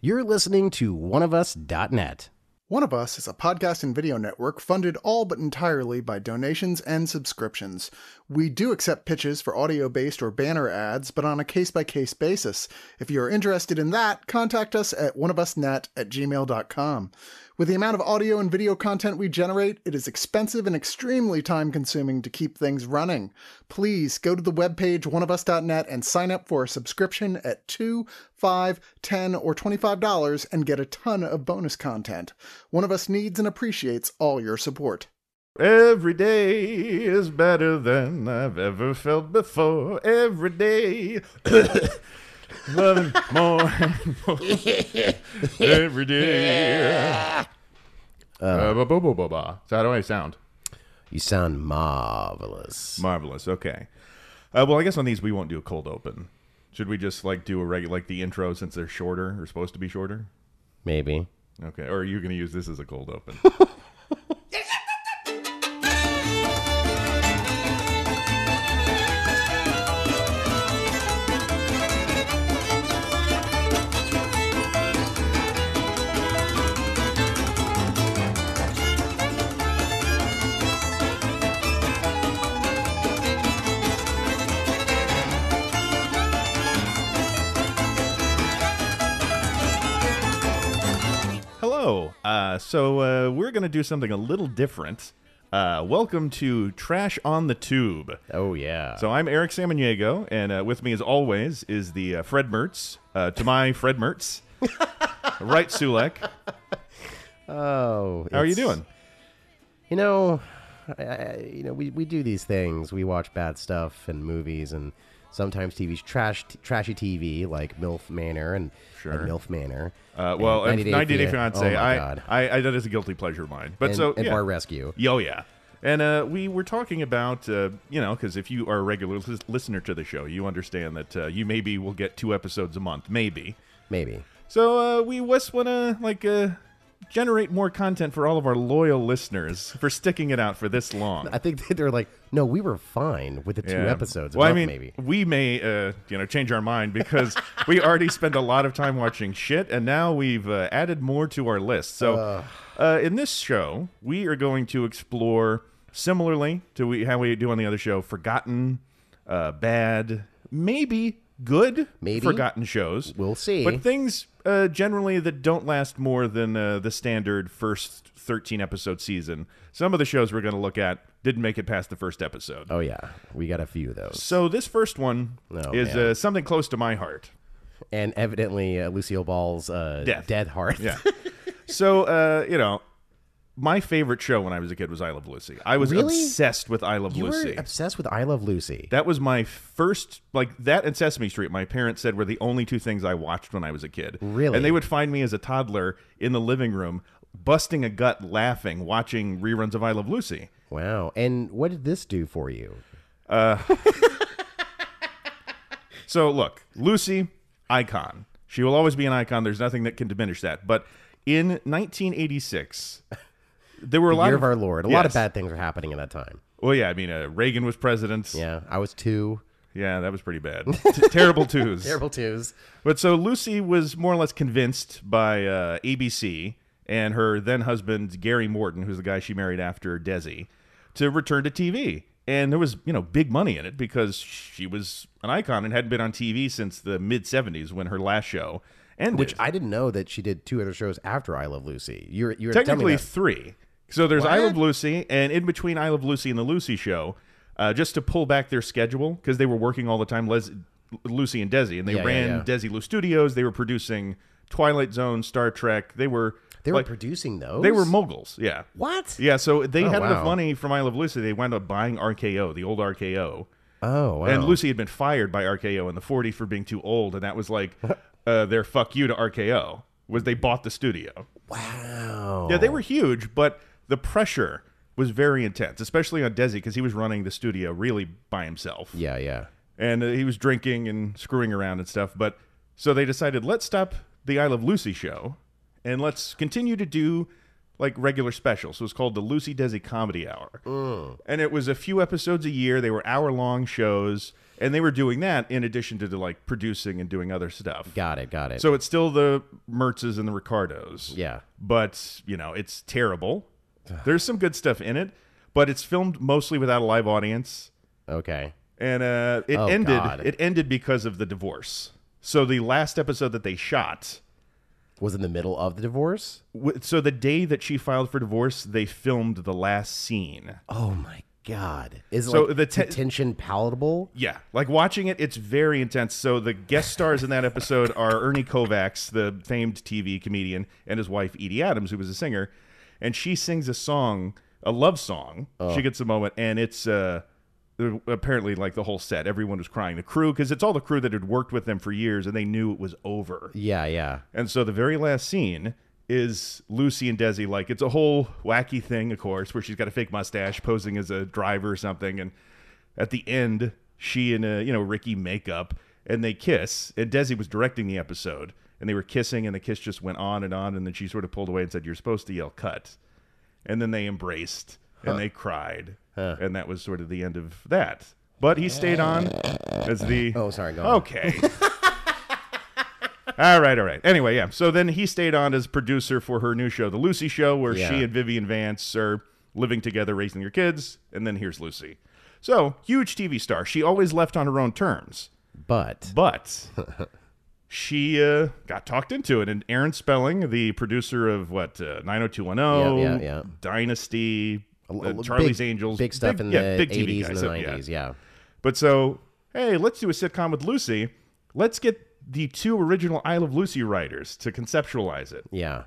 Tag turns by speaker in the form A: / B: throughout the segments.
A: You're listening to oneofus.net.
B: One of Us is a podcast and video network funded all but entirely by donations and subscriptions. We do accept pitches for audio based or banner ads, but on a case by case basis. If you are interested in that, contact us at oneofusnet at gmail.com. With the amount of audio and video content we generate, it is expensive and extremely time consuming to keep things running. Please go to the webpage oneofus.net and sign up for a subscription at 2 5 10 or $25 and get a ton of bonus content. One of us needs and appreciates all your support.
C: Every day is better than I've ever felt before. Every day. Loving more and more. Every day. Uh, ba- ba- ba- ba- ba. So, how do I sound?
A: You sound marvelous.
C: Marvelous. Okay. Uh, well, I guess on these we won't do a cold open. Should we just like do a regular, like the intro since they're shorter or supposed to be shorter?
A: Maybe.
C: Okay. Or are you going to use this as a cold open? Hello. Uh, so uh, we're going to do something a little different. Uh, welcome to Trash on the Tube.
A: Oh, yeah.
C: So I'm Eric Samaniego, and uh, with me, as always, is the uh, Fred Mertz. Uh, to my Fred Mertz, right, Sulek.
A: oh,
C: How are you
A: it's-
C: doing?
A: You know, I, I, you know, we, we do these things. We watch bad stuff and movies and sometimes TV's trash, trashy TV like MILF Manor and,
C: Sure.
A: and MILF Manor.
C: Uh, well,
A: and
C: and 90 Day
A: Fia-
C: Fiance.
A: Oh, my
C: I,
A: God.
C: I, I, that is a guilty pleasure of mine. But
A: and,
C: so
A: and
C: yeah.
A: Bar Rescue.
C: Yeah, Oh, yeah. And uh, we were talking about, uh, you know, because if you are a regular lis- listener to the show, you understand that uh, you maybe will get two episodes a month, maybe.
A: Maybe.
C: So uh, we just want to like uh, generate more content for all of our loyal listeners for sticking it out for this long.
A: I think they- they're like, no, we were fine with the two
C: Yeah.
A: episodes. a
C: Well, I
A: month,
C: mean,
A: maybe.
C: we may, uh, you know, change our mind because we already spend a lot of time watching shit, and now we've uh, added more to our list. So, uh. in this show, we are going to explore similarly to we, how we do on the other show: forgotten, uh, bad, maybe good,
A: Maybe.
C: forgotten shows.
A: We'll see.
C: But things uh, generally that don't last more than uh, the standard first 13 episode season. Some of the shows we're going to look at didn't make it past the first episode.
A: oh, yeah. We got a few of those.
C: So this first one
A: Oh,
C: is
A: man.
C: uh, something close to my heart.
A: and evidently uh, Lucille Ball's uh,
C: Death.
A: heart.
C: Yeah. so uh, you know, my favorite show when I was a kid was I Love Lucy. I was
A: Really?
C: obsessed with I Love
A: you
C: Lucy.
A: were obsessed with I Love Lucy.
C: that was my first like that and Sesame Street. My parents said were the only two things I watched when I was a kid.
A: Really?
C: And they would find me as a toddler in the living room busting a gut laughing watching reruns of I Love Lucy.
A: Wow. And what did this do for you?
C: So look, Lucy, icon. She will always be an icon. There's nothing that can diminish that. But in 1986, there were a lot
A: Year
C: of,
A: of our Lord. A lot of
C: Yes.
A: bad things were happening at that time.
C: Well, yeah, I mean, uh, Reagan was president.
A: Yeah. I was two.
C: Yeah, that was pretty bad. T- terrible twos.
A: Terrible twos.
C: But so Lucy was more or less convinced by uh, ABC and her then husband Gary Morton, who's the guy she married after Desi, to return to TV. And there was, you know, big money in it because she was an icon and hadn't been on TV since the mid '70s when her last show ended.
A: Which I didn't know that she did two other shows after I Love Lucy. You're you're
C: technically
A: telling me
C: three. So there's I Love Lucy, and in between I Love Lucy and the Lucy Show, uh, just to pull back their schedule because they were working all the time. Les- Lucy and Desi, and they
A: Yeah, yeah,
C: ran
A: yeah.
C: Desi Lu Studios. They were producing Twilight Zone, Star Trek. They were
A: that. they were
C: like,
A: producing those.
C: they were moguls. Yeah,
A: what?
C: yeah. So they
A: Oh,
C: had
A: wow.
C: enough money from I Love Lucy. They wound up buying RKO, the old RKO.
A: Oh wow.
C: And Lucy had been fired by RKO in the 40s for being too old, and that was like uh, their fuck you to RKO. Was they bought the studio?
A: wow.
C: Yeah, they were huge, but the pressure was very intense, especially on Desi because he was running the studio really by himself.
A: Yeah, yeah.
C: And uh, he was drinking and screwing around and stuff. But so they decided, let's stop the I Love Lucy show and let's continue to do like regular specials. So it was called the Lucy Desi Comedy Hour. And it was a few episodes a year. They were hour long shows. and they were doing that in addition to, to like producing and doing other stuff.
A: Got it. Got it.
C: So it's still the Mertzes and the Ricardos.
A: Yeah.
C: But, you know, it's terrible. There's some good stuff in it, but it's filmed mostly without a live audience.
A: okay.
C: And uh, it
A: Oh,
C: ended
A: God.
C: it ended because of the divorce. So the last episode that they shot
A: Was in the middle of the divorce.
C: w- so the day that she filed for divorce, they filmed the last scene.
A: Oh my god! Is
C: So
A: like,
C: the
A: the,
C: te-
A: tension palatable?
C: Yeah, like watching it, it's very intense. So the guest stars in that episode are Ernie Kovacs, the famed TV comedian, and his wife Edie Adams, who was a singer, and she sings a song, a love song. She gets a moment, and it's uh, apparently like the whole set, everyone was crying. The crew, because it's all the crew that had worked with them for years, and they knew it was over.
A: Yeah, yeah.
C: And so the very last scene is Lucy and Desi like it's a whole wacky thing, of course, where she's got a fake mustache posing as a driver or something, and at the end she and uh, you know Ricky make up and they kiss. And Desi was directing the episode, and they were kissing, and the kiss just went on and on, and then she sort of pulled away and said, "You're supposed to yell cut," and then they embraced and they cried, and that was sort of the end of that. But he stayed on as the
A: Oh, sorry. Go on.
C: Okay. all right, all right. Anyway, yeah. So then he stayed on as producer for her new show, The Lucy Show, where
A: Yeah.
C: she and Vivian Vance are living together, raising their kids. And then here's Lucy. So, huge TV star. She always left on her own terms,
A: But
C: but she uh, got talked into it. And Aaron Spelling, the producer of what, uh, 90210,
A: Yeah, yeah, yeah.
C: Dynasty,
A: a-
C: uh,
A: a
C: Charlie's
A: big-
C: Angels,
A: big stuff in
C: yeah,
A: the
C: big
A: 80s
C: TV guys,
A: and the
C: so, yeah.
A: 90s. Yeah.
C: But so, hey, let's do a sitcom with Lucy. Let's get the two original Isle of Lucy writers to conceptualize it.
A: yeah,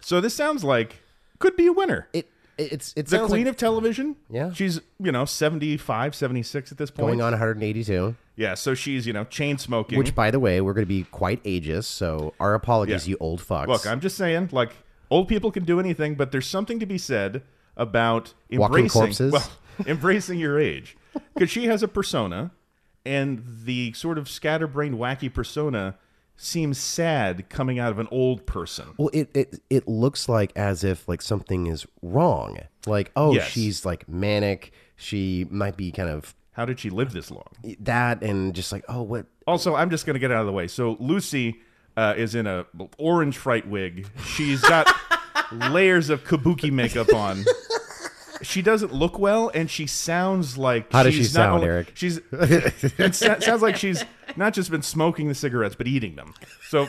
C: So this sounds like could be a winner.
A: It it- it's it's
C: the queen of television.
A: Yeah.
C: She's, you know, 75, 76 at this point.
A: going on 182.
C: Yeah, so she's, you know, chain smoking.
A: Which, by the way, we're going to be quite ageist, so our apologies,
C: Yeah.
A: you old fucks.
C: Look, I'm just saying, like, old people can do anything, but there's something to be said about
A: Walking
C: embracing,
A: corpses?
C: Well, embracing your age. Because she has a persona, and the sort of scatterbrained, wacky persona seems sad coming out of an old person.
A: well, it, it it looks like as if like something is wrong. Like, oh,
C: Yes.
A: she's like manic. She might be kind of
C: How did she live this long?
A: that, and just like, oh, what?
C: Also, I'm just going to get out of the way. So Lucy uh, is in a orange fright wig. She's got layers of kabuki makeup on. She doesn't look well, and she sounds like
A: How does
C: she's
A: she
C: not
A: sound,
C: only-
A: Eric?
C: She's it so- sounds like she's not just been smoking the cigarettes, but eating them. So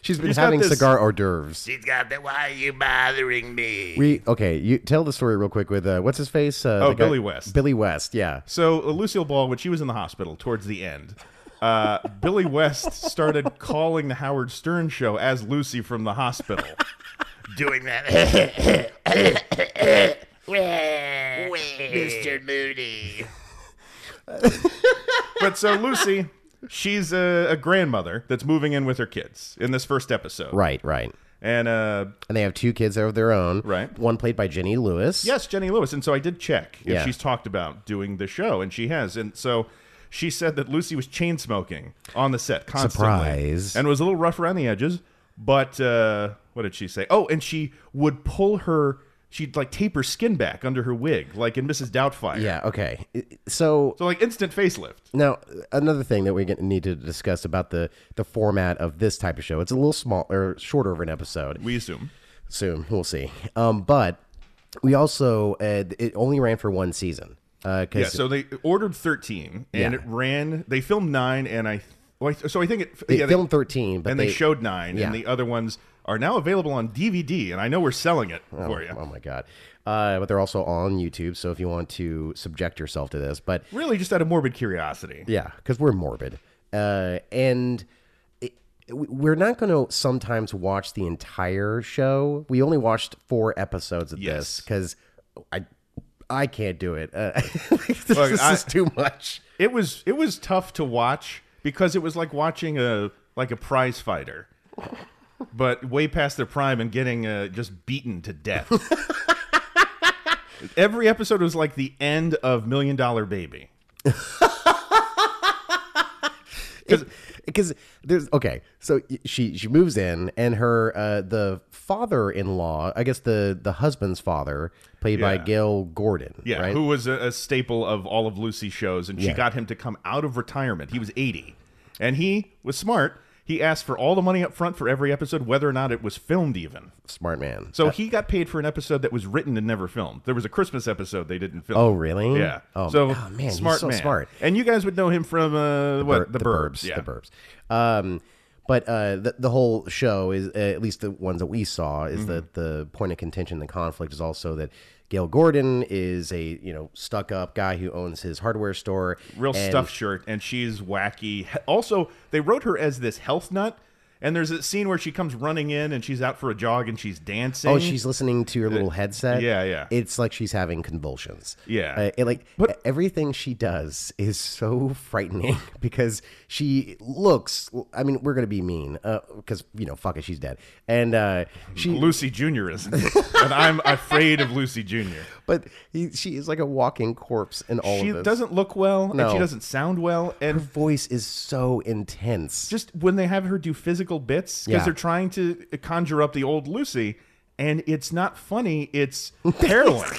A: She's been
C: She's got
A: having
C: this-
A: cigar hors d'oeuvres.
D: She's got the why are you bothering me?
A: We okay. You tell the story real quick with uh, what's his face? Uh,
C: Oh,
A: the guy-
C: Billy West.
A: Billy West. Yeah.
C: So uh, Lucille Ball, when she was in the hospital towards the end, uh, Billy West started calling the Howard Stern show as Lucy from the hospital.
D: Doing that. Mr. Moody.
C: But so Lucy, she's a, a grandmother that's moving in with her kids in this first episode,
A: Right. Right.
C: and uh,
A: And they have two kids of their own.
C: Right.
A: One played by Jenny Lewis.
C: Yes, Jenny Lewis. And so I did check if
A: Yeah.
C: she's talked about doing the show, and she has. And so she said that Lucy was chain smoking on the set constantly.
A: Surprise.
C: And was a little rough around the edges. But uh, what did she say? Oh, and she would pull her, she'd like tape her skin back under her wig, like in Mrs. Doubtfire.
A: Yeah. Okay. So
C: So, like, instant facelift.
A: Now, another thing that we get- need to discuss about the the format of this type of show, it's a little small or shorter of an episode.
C: We assume.
A: Soon, we'll see. Um, but we also uh, it only ran for one season. Uh, 'cause-
C: Yeah, so they ordered 13, and
A: Yeah.
C: it ran, they filmed nine, and I, well, I- so I think it,
A: they
C: yeah, they-
A: filmed thirteen, but
C: and they, showed nine,
A: yeah.
C: and the other ones are now available on DVD, and I know we're selling it for you.
A: Oh my god! Uh, but they're also on YouTube, so if you want to subject yourself to this, but
C: Really, just out of morbid curiosity.
A: Yeah, because we're morbid, uh, and it, we- we're not going to sometimes watch the entire show. We only watched four episodes of this
C: Yes.
A: because I I can't do it. Uh, this
C: Look,
A: is
C: I-
A: just too much.
C: It was it was tough to watch because it was like watching a like a prize fighter, but way past their prime and getting uh, just beaten to death. Every episode was like the end of Million Dollar Baby.
A: because there's okay so y- she she moves in and her uh the father-in-law i guess the the husband's father played by
C: Yeah.
A: gail gordon
C: Yeah,
A: right
C: who was a, a staple of all of Lucy's shows, and she
A: Yeah.
C: got him to come out of retirement. He was 80, and he was smart. He asked for all the money up front for every episode, whether or not it was filmed, even.
A: smart man
C: So he got paid for an episode that was written and never filmed. There was a Christmas episode they didn't film.
A: oh really
C: Yeah.
A: oh
C: so
A: oh, man
C: smart
A: he's so
C: man.
A: smart
C: And you guys would know him from uh, what
A: Bur-
C: the, Burbs. Yeah.
A: the burbs um but uh, the, the whole show is uh, at least the ones that we saw is that
C: Mm-hmm.
A: the point of contention the conflict is also that gail gordon is a you know stuck up guy who owns his hardware store
C: real
A: and-
C: stuffed shirt, and she's wacky. He- Also, they wrote her as this health nut. And there's a scene where she comes running in and she's out for a jog and she's dancing.
A: Oh, she's listening to your little headset.
C: Uh, yeah, yeah.
A: It's like she's having convulsions.
C: Yeah.
A: Uh, it, like everything she does is so frightening because she looks. I mean, we're gonna be mean because you know, fuck it, she's dead. And uh, she,
C: Lucy Jr. is, and I'm afraid of Lucy Jr.
A: but he, she is like a walking corpse in all
C: She
A: of this.
C: doesn't look well, and
A: No.
C: she doesn't sound well,
A: Her
C: and
A: voice is so intense.
C: just when they have her do physical bits because
A: Yeah.
C: they're trying to conjure up the old Lucy, and it's not funny; it's harrowing.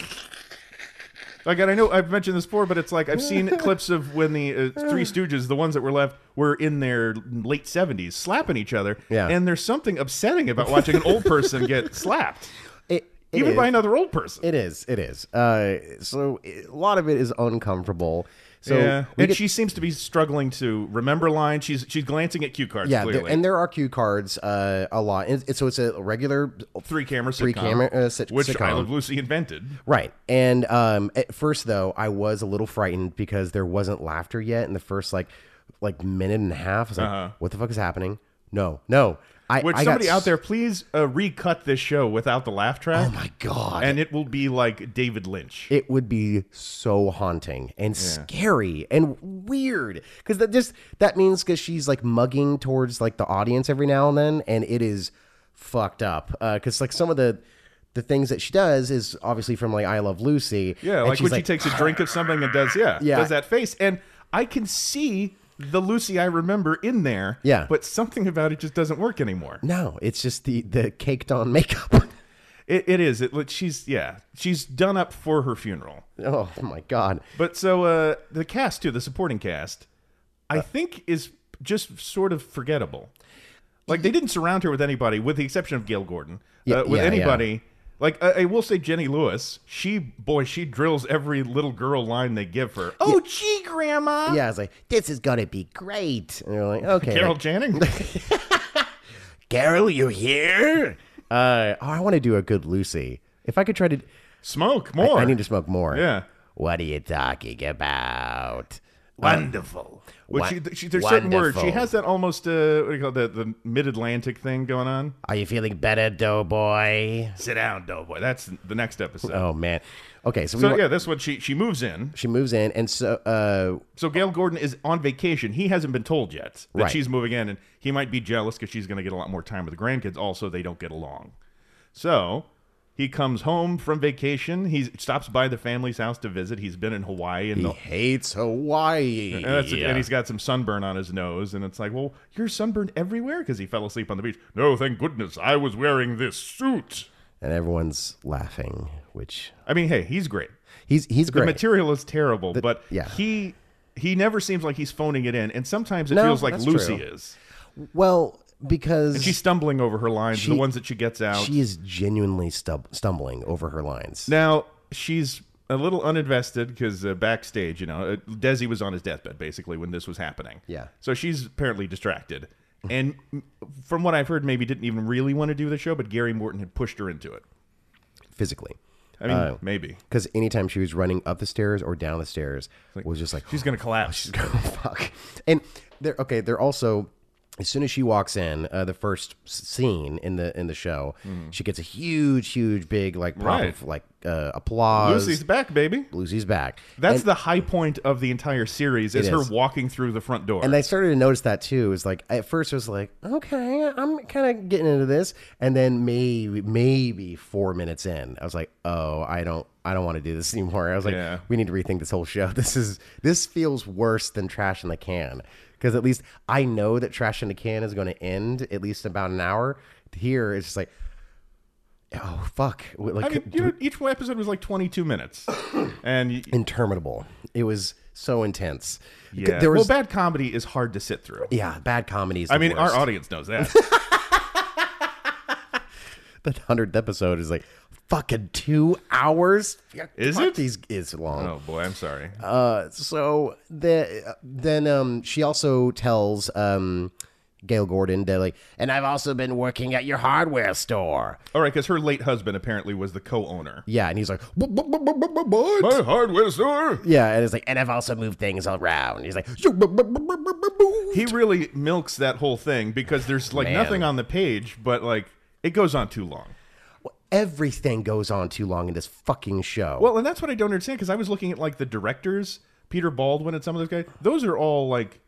C: Like and I know I've mentioned this before, but it's like I've seen clips of when the uh, Three Stooges, the ones that were left, were in their late seventies, slapping each other.
A: Yeah.
C: and there's something upsetting about watching an old person get slapped,
A: It- it
C: even by
A: is.
C: another old person.
A: It is. It is. Uh, so it- a lot of it is uncomfortable. So
C: yeah,
A: we
C: and
A: get-
C: she seems to be struggling to remember lines. She's she's glancing at cue cards.
A: Yeah, there,
C: clearly.
A: and there are cue cards uh, a lot. And, and so it's a regular
C: three camera,
A: three
C: sitcom,
A: camera, uh, sit-
C: which
A: sitcom.
C: I Love Lucy invented.
A: right. And um, at first, though, I was a little frightened because there wasn't laughter yet in the first like like minute and a half. I was like, "What the fuck is happening?" No, no. I,
C: Uh-huh. Which
A: I got
C: somebody out
A: s-
C: there, please uh, recut this show without the laugh track.
A: Oh my god!
C: And it will be like David Lynch.
A: it would be so haunting and scary and weird because that just that means because she's like mugging towards like the audience every now and then and it is fucked up because like some of the the things that she does is obviously from like i love lucy
C: yeah,
A: and
C: like
A: she's "Ah."
C: when she takes a drink of something and does yeah,
A: Yeah.
C: does that face, and I can see the Lucy I remember in there.
A: Yeah.
C: but something about it just doesn't work anymore.
A: no it's just the the caked on makeup
C: It, it is. It she's yeah, she's done up for her funeral.
A: oh my god
C: But so uh, the cast too, the supporting cast, I
A: Uh.
C: think is just sort of forgettable. Like they didn't surround her with anybody, with the exception of Gail Gordon.
A: Yeah,
C: uh, with
A: yeah, yeah.
C: anybody, like I, I will say, Jenny Lewis. She boy, she drills every little girl line they give her. Oh, gee, grandma.
A: yeah, I was like, "This is gonna be great," and they're like, "Okay,
C: Carol Channing.
A: Carol, you here?" Uh, oh, I want to do a good Lucy. If I could try to,
C: Smoke more.
A: I need to smoke more.
C: Yeah.
A: What are you talking about?
D: Wonderful.
C: Well,
A: Wa-
C: she, she, there's certain words. She
A: wonderful.
C: has that almost uh, what do you call that? The mid Atlantic thing going on.
A: Are you feeling better, Doughboy?
C: Sit down, doughboy. That's the next episode.
A: Oh man. Okay, so, we,
C: so
A: wa-
C: yeah, this one she she moves in.
A: she moves in, and so uh,
C: So Gail Gordon is on vacation. He hasn't been told yet that
A: Right.
C: she's moving in, and he might be jealous because she's going to get a lot more time with the grandkids. Also, they don't get along. So he comes home from vacation. He stops by the family's house to visit. He's been in Hawaii, and,
A: he
C: the-
A: hates Hawaii.
C: and, that's- and he's got some sunburn on his nose. And it's like, well, you're sunburned everywhere because he fell asleep on the beach. No, thank goodness, I was wearing this suit.
A: And everyone's laughing, which
C: I mean, hey, he's great.
A: he's he's
C: The
A: great.
C: material is terrible, but
A: yeah.
C: he he never seems like he's phoning it in, and sometimes it
A: No,
C: feels like
A: that's
C: Lucy
A: true.
C: is.
A: well, because
C: She's stumbling over her lines,
A: She-
C: the ones that she gets out.
A: she is genuinely stub- stumbling over her lines.
C: now, she's a little uninvested because uh, backstage, you know, uh, Desi was on his deathbed basically when this was happening.
A: Yeah.
C: So she's apparently distracted. And m- from what I've heard, maybe didn't even really want to do the show, but Gary Morton had pushed her into it.
A: physically,
C: I mean,
A: Oh.
C: maybe.
A: because anytime she was running up the stairs or down the stairs, was just like
C: She's going to collapse.
A: She's going Oh, fuck. And they're okay. They're also as soon as she walks in, uh, the first s- scene in the in the show, she gets a huge, huge, big like pop
C: Hmm. Right.
A: of like uh, applause.
C: Lucy's back, baby.
A: Lucy's back.
C: That's
A: and,
C: the high point of the entire series is
A: It
C: her
A: is.
C: walking through the front door.
A: and I started to notice that too. Is like at first it was like okay, I'm kind of getting into this, and then maybe maybe four minutes in, I was like, oh, I don't. I don't want to do this anymore. I was like,
C: Yeah.
A: we need to rethink this whole show. This is this feels worse than Trash in the Can because at least I know that Trash in a Can is going to end at least about an hour. Here it's just like, oh fuck, like
C: I mean, you know, each episode was like 22 minutes, and y-
A: interminable. It was so intense. C-
C: yeah,
A: There was
C: well, bad comedy is hard to sit through.
A: yeah, bad comedies.
C: I mean,
A: worst.
C: our audience knows that.
A: the hundredth episode is like fucking two hours. Yeah,
C: Is
A: fuck
C: it?
A: These is long.
C: oh boy, I'm sorry.
A: Uh, so the then um she also tells um Gail Gordon that like, and I've also been working at your hardware store.
C: All right, because her late husband apparently was the co-owner.
A: Yeah, and he's like, "What, what, what, what, what, what?"
C: My hardware store.
A: yeah, and it's like, and I've also moved things around. He's like, "You bu- bu- bu- bu- bu- bu- bu."
C: He really milks that whole thing because there's like nothing on the page, but like it goes on too long.
A: everything goes on too long in this fucking show.
C: Well, and that's what I don't understand because I was looking at like the directors, Peter Baldwin and some of those guys. Those are all like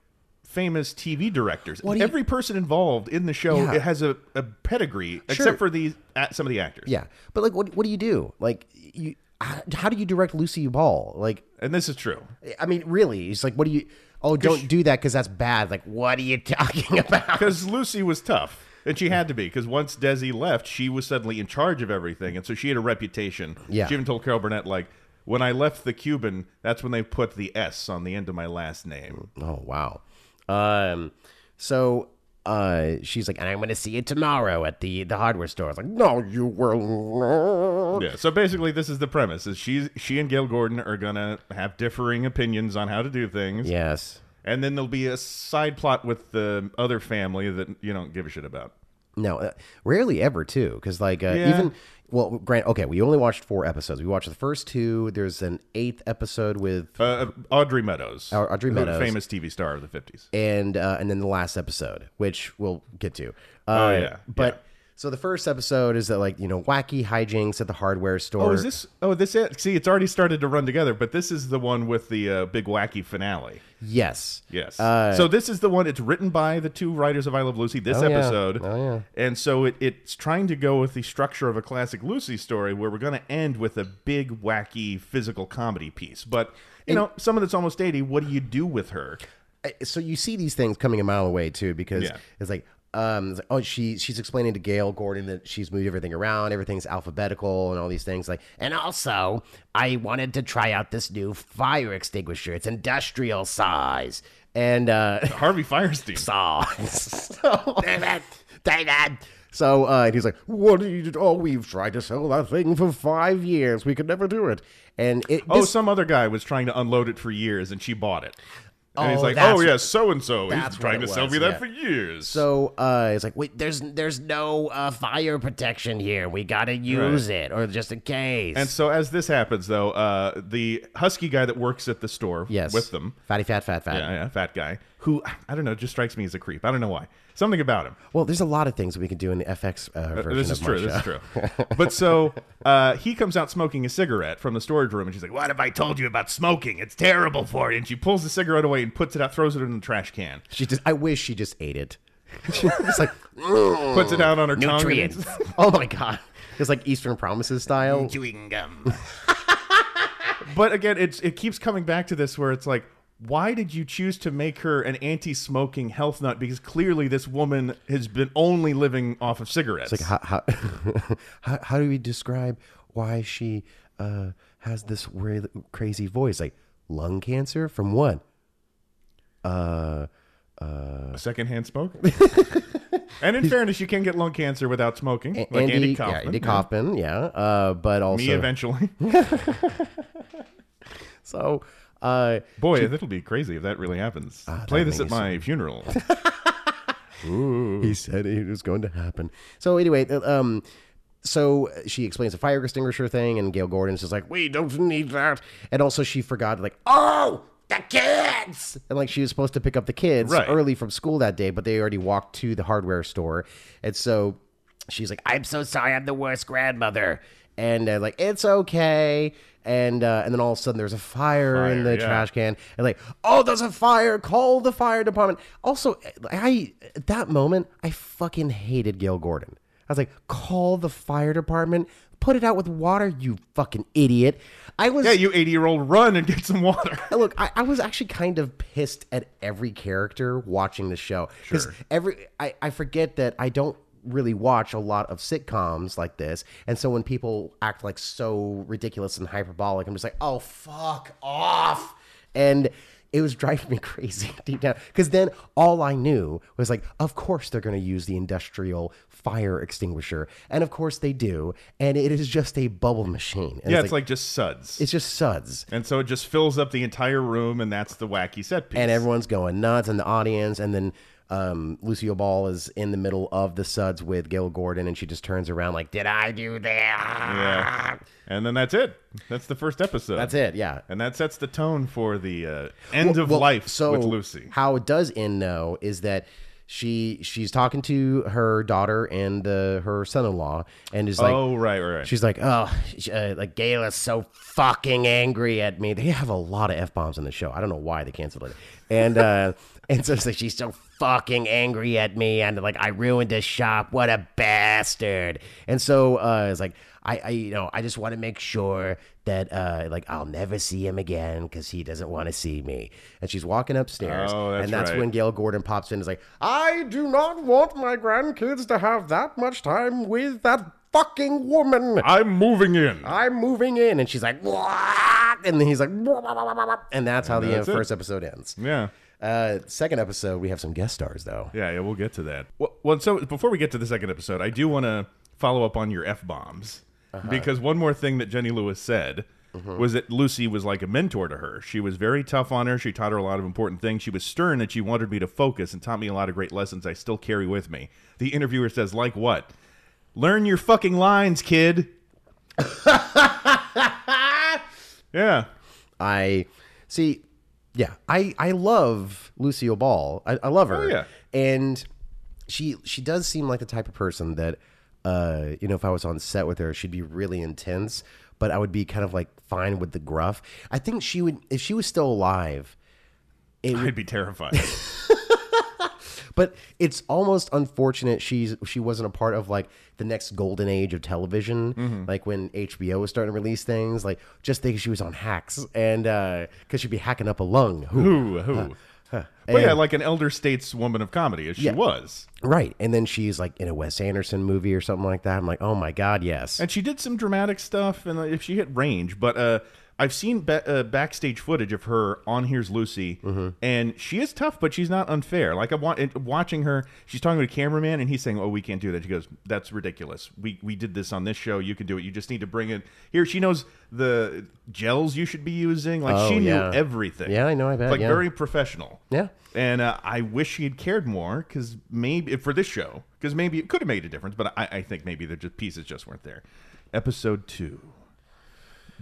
C: famous TV directors.
A: do you-
C: Every person involved in the show
A: Yeah.
C: it has a, a pedigree,
A: Sure.
C: except for the uh, some of the actors.
A: yeah, but like, what what do you do? Like, you how, how do you direct Lucy Ball? Like,
C: and this is true.
A: I mean, really, he's like, what do you? Oh, don't do that because Oh. that's bad. Like, what are you talking about?
C: Because Lucy was tough, and she had to be. Because once Desi left, she was suddenly in charge of everything, and so she had a reputation.
A: Yeah.
C: She even told Carol Burnett like. When I left the Cuban, that's when they put the S on the end of my last name.
A: Oh wow. Um, so uh, she's like, and I'm going to see you tomorrow at the the hardware store. I was like, no, you will not.
C: Yeah. So basically, this is the premise: is she she and Gail Gordon are gonna have differing opinions on how to do things,
A: Yes.
C: and then there'll be a side plot with the other family that you don't give a shit about.
A: No, uh, rarely ever too, because like uh,
C: Yeah.
A: even well, Grant. Okay, we only watched four episodes. We watched the first two. There's an eighth episode with
C: Uh, Audrey Meadows,
A: Au- Audrey
C: who-
A: Meadows.
C: famous TV star of the fifties.
A: and uh, and then the last episode, which we'll get to. Uh,
C: Oh, yeah,
A: but. So the first episode is that like you know wacky hijinks at the hardware store.
C: Oh, is this? Oh, this it? See, it's already started to run together, but this is the one with the uh, big wacky finale.
A: Yes.
C: Yes. so this is the one. It's written by the two writers of I Love Lucy. This
A: Uh, Oh, yeah.
C: episode.
A: Oh, yeah.
C: And so it, it's trying to go with the structure of a classic Lucy story, where we're going to end with a big, wacky physical comedy piece. But you know, someone that's almost eighty, what do you do with her?
A: I- so you see these things coming a mile away too because
C: Yeah.
A: it's like um it's like, oh she she's explaining to Gail Gordon that she's moved everything around everything's alphabetical and all these things like
D: And also, I wanted to try out this new fire extinguisher. It's industrial size.
A: and uh
C: Harvey Firestein.
A: so
D: David, David.
A: so uh and he's like what do you oh we've tried to sell that thing for 5 years we could never do it and it
C: Oh,
A: this-
C: some other guy was trying to unload it for years, and she bought it. And he's
A: Oh,
C: like,
A: that's-
C: "Oh yeah, so and so. He's
A: that's what
C: trying
A: it
C: to sell
A: was,
C: me that
A: yeah.
C: for years."
A: so uh it's like
D: Wait, there's there's no uh, fire protection here. We gotta use it, or just in case.
C: And so as this happens, though, uh, the husky guy that works at the store
A: yes
C: with them,
A: fatty fat fat fat
C: yeah, yeah, fat guy, who I don't know, just strikes me as a creep. I don't know why. Something about him.
A: well there's a lot of things we can do in the FX uh, version
C: This
A: of
C: is true. This
A: Marsha.
C: is true. But so uh, he comes out smoking a cigarette from the storage room, and she's like, "What have I told you about smoking? It's terrible for you." And she pulls the cigarette away and puts it out, throws it in the trash can,
A: she just I wish she just ate it it's like "Mm."
C: puts it out on her
D: Nutrients,
C: tongue.
A: Oh my god. It's like Eastern Promises style.
D: chewing gum.
C: and- But again, it's it keeps coming back to this where it's like. Why did you choose to make her an anti-smoking health nut? Because clearly, this woman has been only living off of cigarettes.
A: How, how, how, how do we describe why she uh, has this really crazy voice? Like lung cancer from Uh, what?
C: secondhand smoke. and in fairness, you can get lung cancer without smoking, like Andy, Kaufman.
A: Yeah, Andy Kaufman, yeah. Uh, but also,
C: Me eventually.
A: so uh,
C: Boy, that'll be crazy if that really happens.
A: Ah,
C: Play this at my funeral.
A: he said it was going to happen. So anyway, uh, um, so she explains the fire extinguisher thing, and Gail Gordon's just like, "We don't need that." And also, she forgot like, "Oh, the kids!" And like she was supposed to pick up the kids
C: Right.
A: early from school that day, but they already walked to the hardware store, and so she's like, "I'm so sorry, I'm the worst grandmother." And uh, like, it's okay. And uh, and then all of a sudden, there's a fire, in
C: Fire,
A: the
C: yeah.
A: trash can and like oh there's a fire call the fire department also i at that moment i fucking hated gail gordon i was like call the fire department Put it out with water, you fucking idiot. I was
C: Yeah, you 80 year old run and get some water.
A: I- look, I, I was actually kind of pissed at every character watching the show. Because
C: Sure.
A: every I, I forget that I don't really watch a lot of sitcoms like this. And so when people act like so ridiculous and hyperbolic, I'm just like, oh fuck off. And it was driving me crazy deep down. Because then all I knew was like, of course they're going to use the industrial fire extinguisher. And of course they do. And it is just a bubble machine. And
C: yeah, it's like, just suds.
A: it's just suds.
C: and so it just fills up the entire room, and that's the wacky set piece.
A: and everyone's going nuts in the audience and then um, Lucio Ball is in the middle of the suds with Gail Gordon, and she just turns around like, "Did I do that?"
C: yeah. And then that's it. That's the first episode.
A: That's it. Yeah.
C: And that sets the tone for the uh, end of
A: Well,
C: life with Lucy.
A: How it does end though is that she she's talking to her daughter and uh, her son-in-law, and is like,
C: oh, right, right, right.
A: She's like, oh, sh- uh, like Gail is so fucking angry at me. They have a lot of f bombs in the show. I don't know why they canceled it. And uh, and so it's like, she's so fucking angry at me, and like I ruined his shop. What a bastard! And so uh, it's like I, I, you know, I just want to make sure that uh, like I'll never see him again because he doesn't want to see me. And she's walking upstairs,
C: Oh, that's
A: and that's
C: right.
A: when Gail Gordon pops in and is like, I do not want my grandkids to have that much time with that fucking woman.
C: I'm moving in.
A: I'm moving in. And she's like, what? And then he's like, "Blah, blah, blah, blah, blah." and that's how the uh,
C: that's it.
A: first episode ends.
C: yeah.
A: Uh, second episode, we have some guest stars, though.
C: Yeah, yeah, we'll get to that. Well, well so before we get to the second episode, I do want to follow up on your f bombs because one more thing that Jenny Lewis said was that Lucy was like a mentor to her. She was very tough on her. She taught her a lot of important things. She was stern and she wanted me to focus and taught me a lot of great lessons I still carry with me. The interviewer says, "Like what? Learn your fucking lines, kid." yeah.
A: I see. Yeah, I I love Lucille Ball. I, I love her.
C: Oh, yeah.
A: and she she does seem like the type of person that, uh, you know, if I was on set with her, she'd be really intense, but I would be kind of like fine with the gruff. I think she would if she was still alive.
C: I'd be terrified.
A: But it's almost unfortunate she's she wasn't a part of like the next golden age of television,
C: Mm-hmm.
A: like when HBO was starting to release things. Like just think she was on Hacks, and because she'd be hacking up a lung.
C: Ooh, ooh. But yeah, like an elder states woman of comedy, as she was.
A: Right. And then she's like in a Wes Anderson movie or something like that. I'm like, oh my God, yes.
C: And she did some dramatic stuff, and uh, if she hit range, but uh, I've seen ba- uh, backstage footage of her on Here's Lucy,
A: Mm-hmm.
C: and she is tough, but she's not unfair. Like I'm wa- and watching her, she's talking to a cameraman, and he's saying, "Oh, we can't do that." She goes, "That's ridiculous. We we did this on this show. You can do it. You just need to bring it here." She knows the gels you should be using. Like
A: Oh,
C: she knew
A: yeah.
C: everything.
A: Yeah, I know, I bet,
C: Like
A: yeah.
C: very professional.
A: Yeah.
C: And uh, I wish she had cared more because maybe for this show, because maybe it could have made a difference, but I, I think maybe the just, pieces just weren't there. Episode two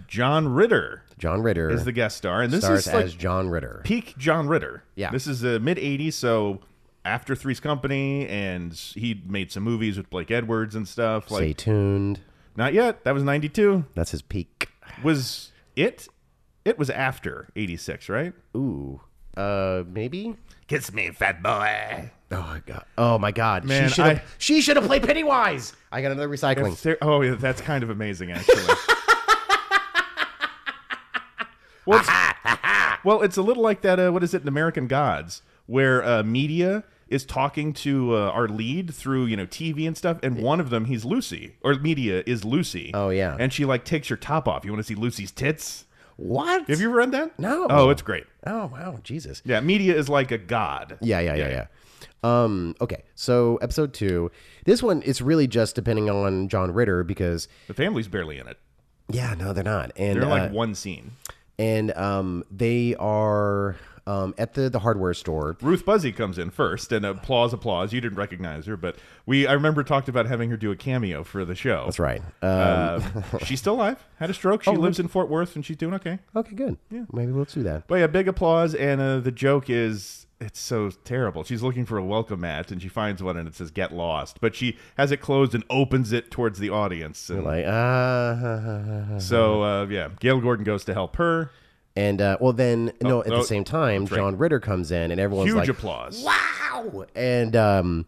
C: John Ritter
A: John Ritter
C: is the guest star, and this
A: stars
C: is like
A: as John Ritter.
C: peak John Ritter.
A: Yeah.
C: This is the mid 80s, so after Three's Company, and he made some movies with Blake Edwards and stuff. Like,
A: Stay tuned.
C: not yet. That was 92.
A: That's his peak.
C: Was it? It was after 86, right?
A: Ooh. Uh, maybe?
D: Kiss me, fat boy.
A: Oh my god! Oh my god!
C: Man,
A: she should have.
C: I-
A: She should have played Pennywise. I got another recycling.
C: Ser- oh, yeah, that's kind of amazing, actually. well, it's, well, it's a little like that. Uh, what is it in American Gods, where uh, media is talking to uh, our lead through you know TV and stuff, and one of them he's Lucy, or media is Lucy.
A: Oh, yeah.
C: and she like takes her top off. You want to see Lucy's tits?
A: What?
C: Have you read that?
A: No.
C: Oh, it's great.
A: Oh wow, Jesus.
C: Yeah, media is like a god.
A: Yeah, yeah, yeah, yeah. Um, okay, so episode two. This one, it's really just depending on John Ritter because,
C: The family's barely in it.
A: yeah, no, they're not. And
C: They're in,
A: uh,
C: like one scene.
A: and um, they are um, at the, the hardware store.
C: Ruth Buzzy comes in first, and applause, applause. You didn't recognize her, but we I remember talked about having her do a cameo for the show.
A: That's right. Oh, Uh,
C: Uh, she's still alive, had a stroke. She lives in Fort Worth, and she's doing okay.
A: okay, good. Yeah, maybe we'll do that.
C: But yeah, big applause, and uh, the joke is it's so terrible. She's looking for a welcome mat, and she finds one, and it says "Get Lost," but she has it closed and opens it towards the audience. And
A: Like, uh,
C: so uh, yeah, Gail Gordon goes to help her.
A: and uh, well, then no. At
C: oh,
A: the same time,
C: right.
A: John Ritter comes in, and everyone's
C: Huge
A: like,
C: applause.
A: "Wow!" And um,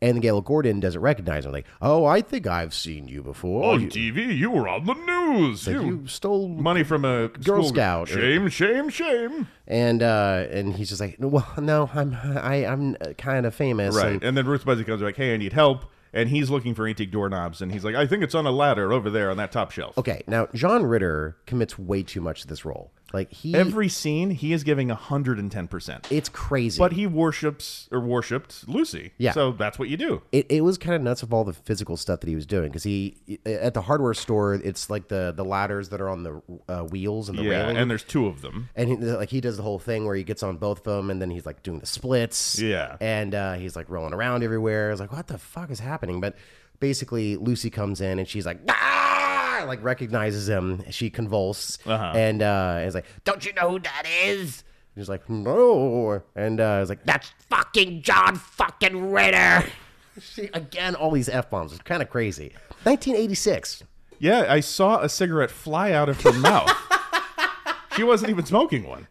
A: And Gail Gordon doesn't recognize him. Like, oh, I think I've seen you before.
C: On
A: you,
C: TV, you were on the news. Oh, You,
A: you stole
C: money from a
A: Girl
C: school-
A: Scout or-
C: Shame, shame, shame.
A: and uh, and he's just like, "No, well, no, I'm I, I'm kind of famous.
C: Right.
A: And
C: And then Ruth Buddy comes like, hey, I need help. And he's looking for antique doorknobs. And he's like, I think it's on a ladder over there on that top shelf.
A: okay, now John Ritter commits way too much to this role. Like he,
C: Every scene, he is giving 110%.
A: it's crazy.
C: But he worships or worshipped Lucy.
A: Yeah.
C: So that's what you do.
A: it, it was kind of nuts of all the physical stuff that he was doing because he at the hardware store it's like the the ladders that are on the uh, wheels and the
C: yeah.
A: railing
C: And there's two of them.
A: and he, like he does the whole thing where he gets on both of them and then he's like doing the splits
C: Yeah.
A: and uh, he's like rolling around everywhere it's like what the fuck is happening but basically lucy comes in and she's like ah! like recognizes him she convulses
C: Uh-huh.
A: and uh, is like
D: Don't you know who that is?
A: and he's like no and uh, it's like
D: That's fucking John fucking Ritter.
A: she, again all these f-bombs it's kind of crazy 1986
C: Yeah. I saw a cigarette fly out of her mouth. She wasn't even smoking one.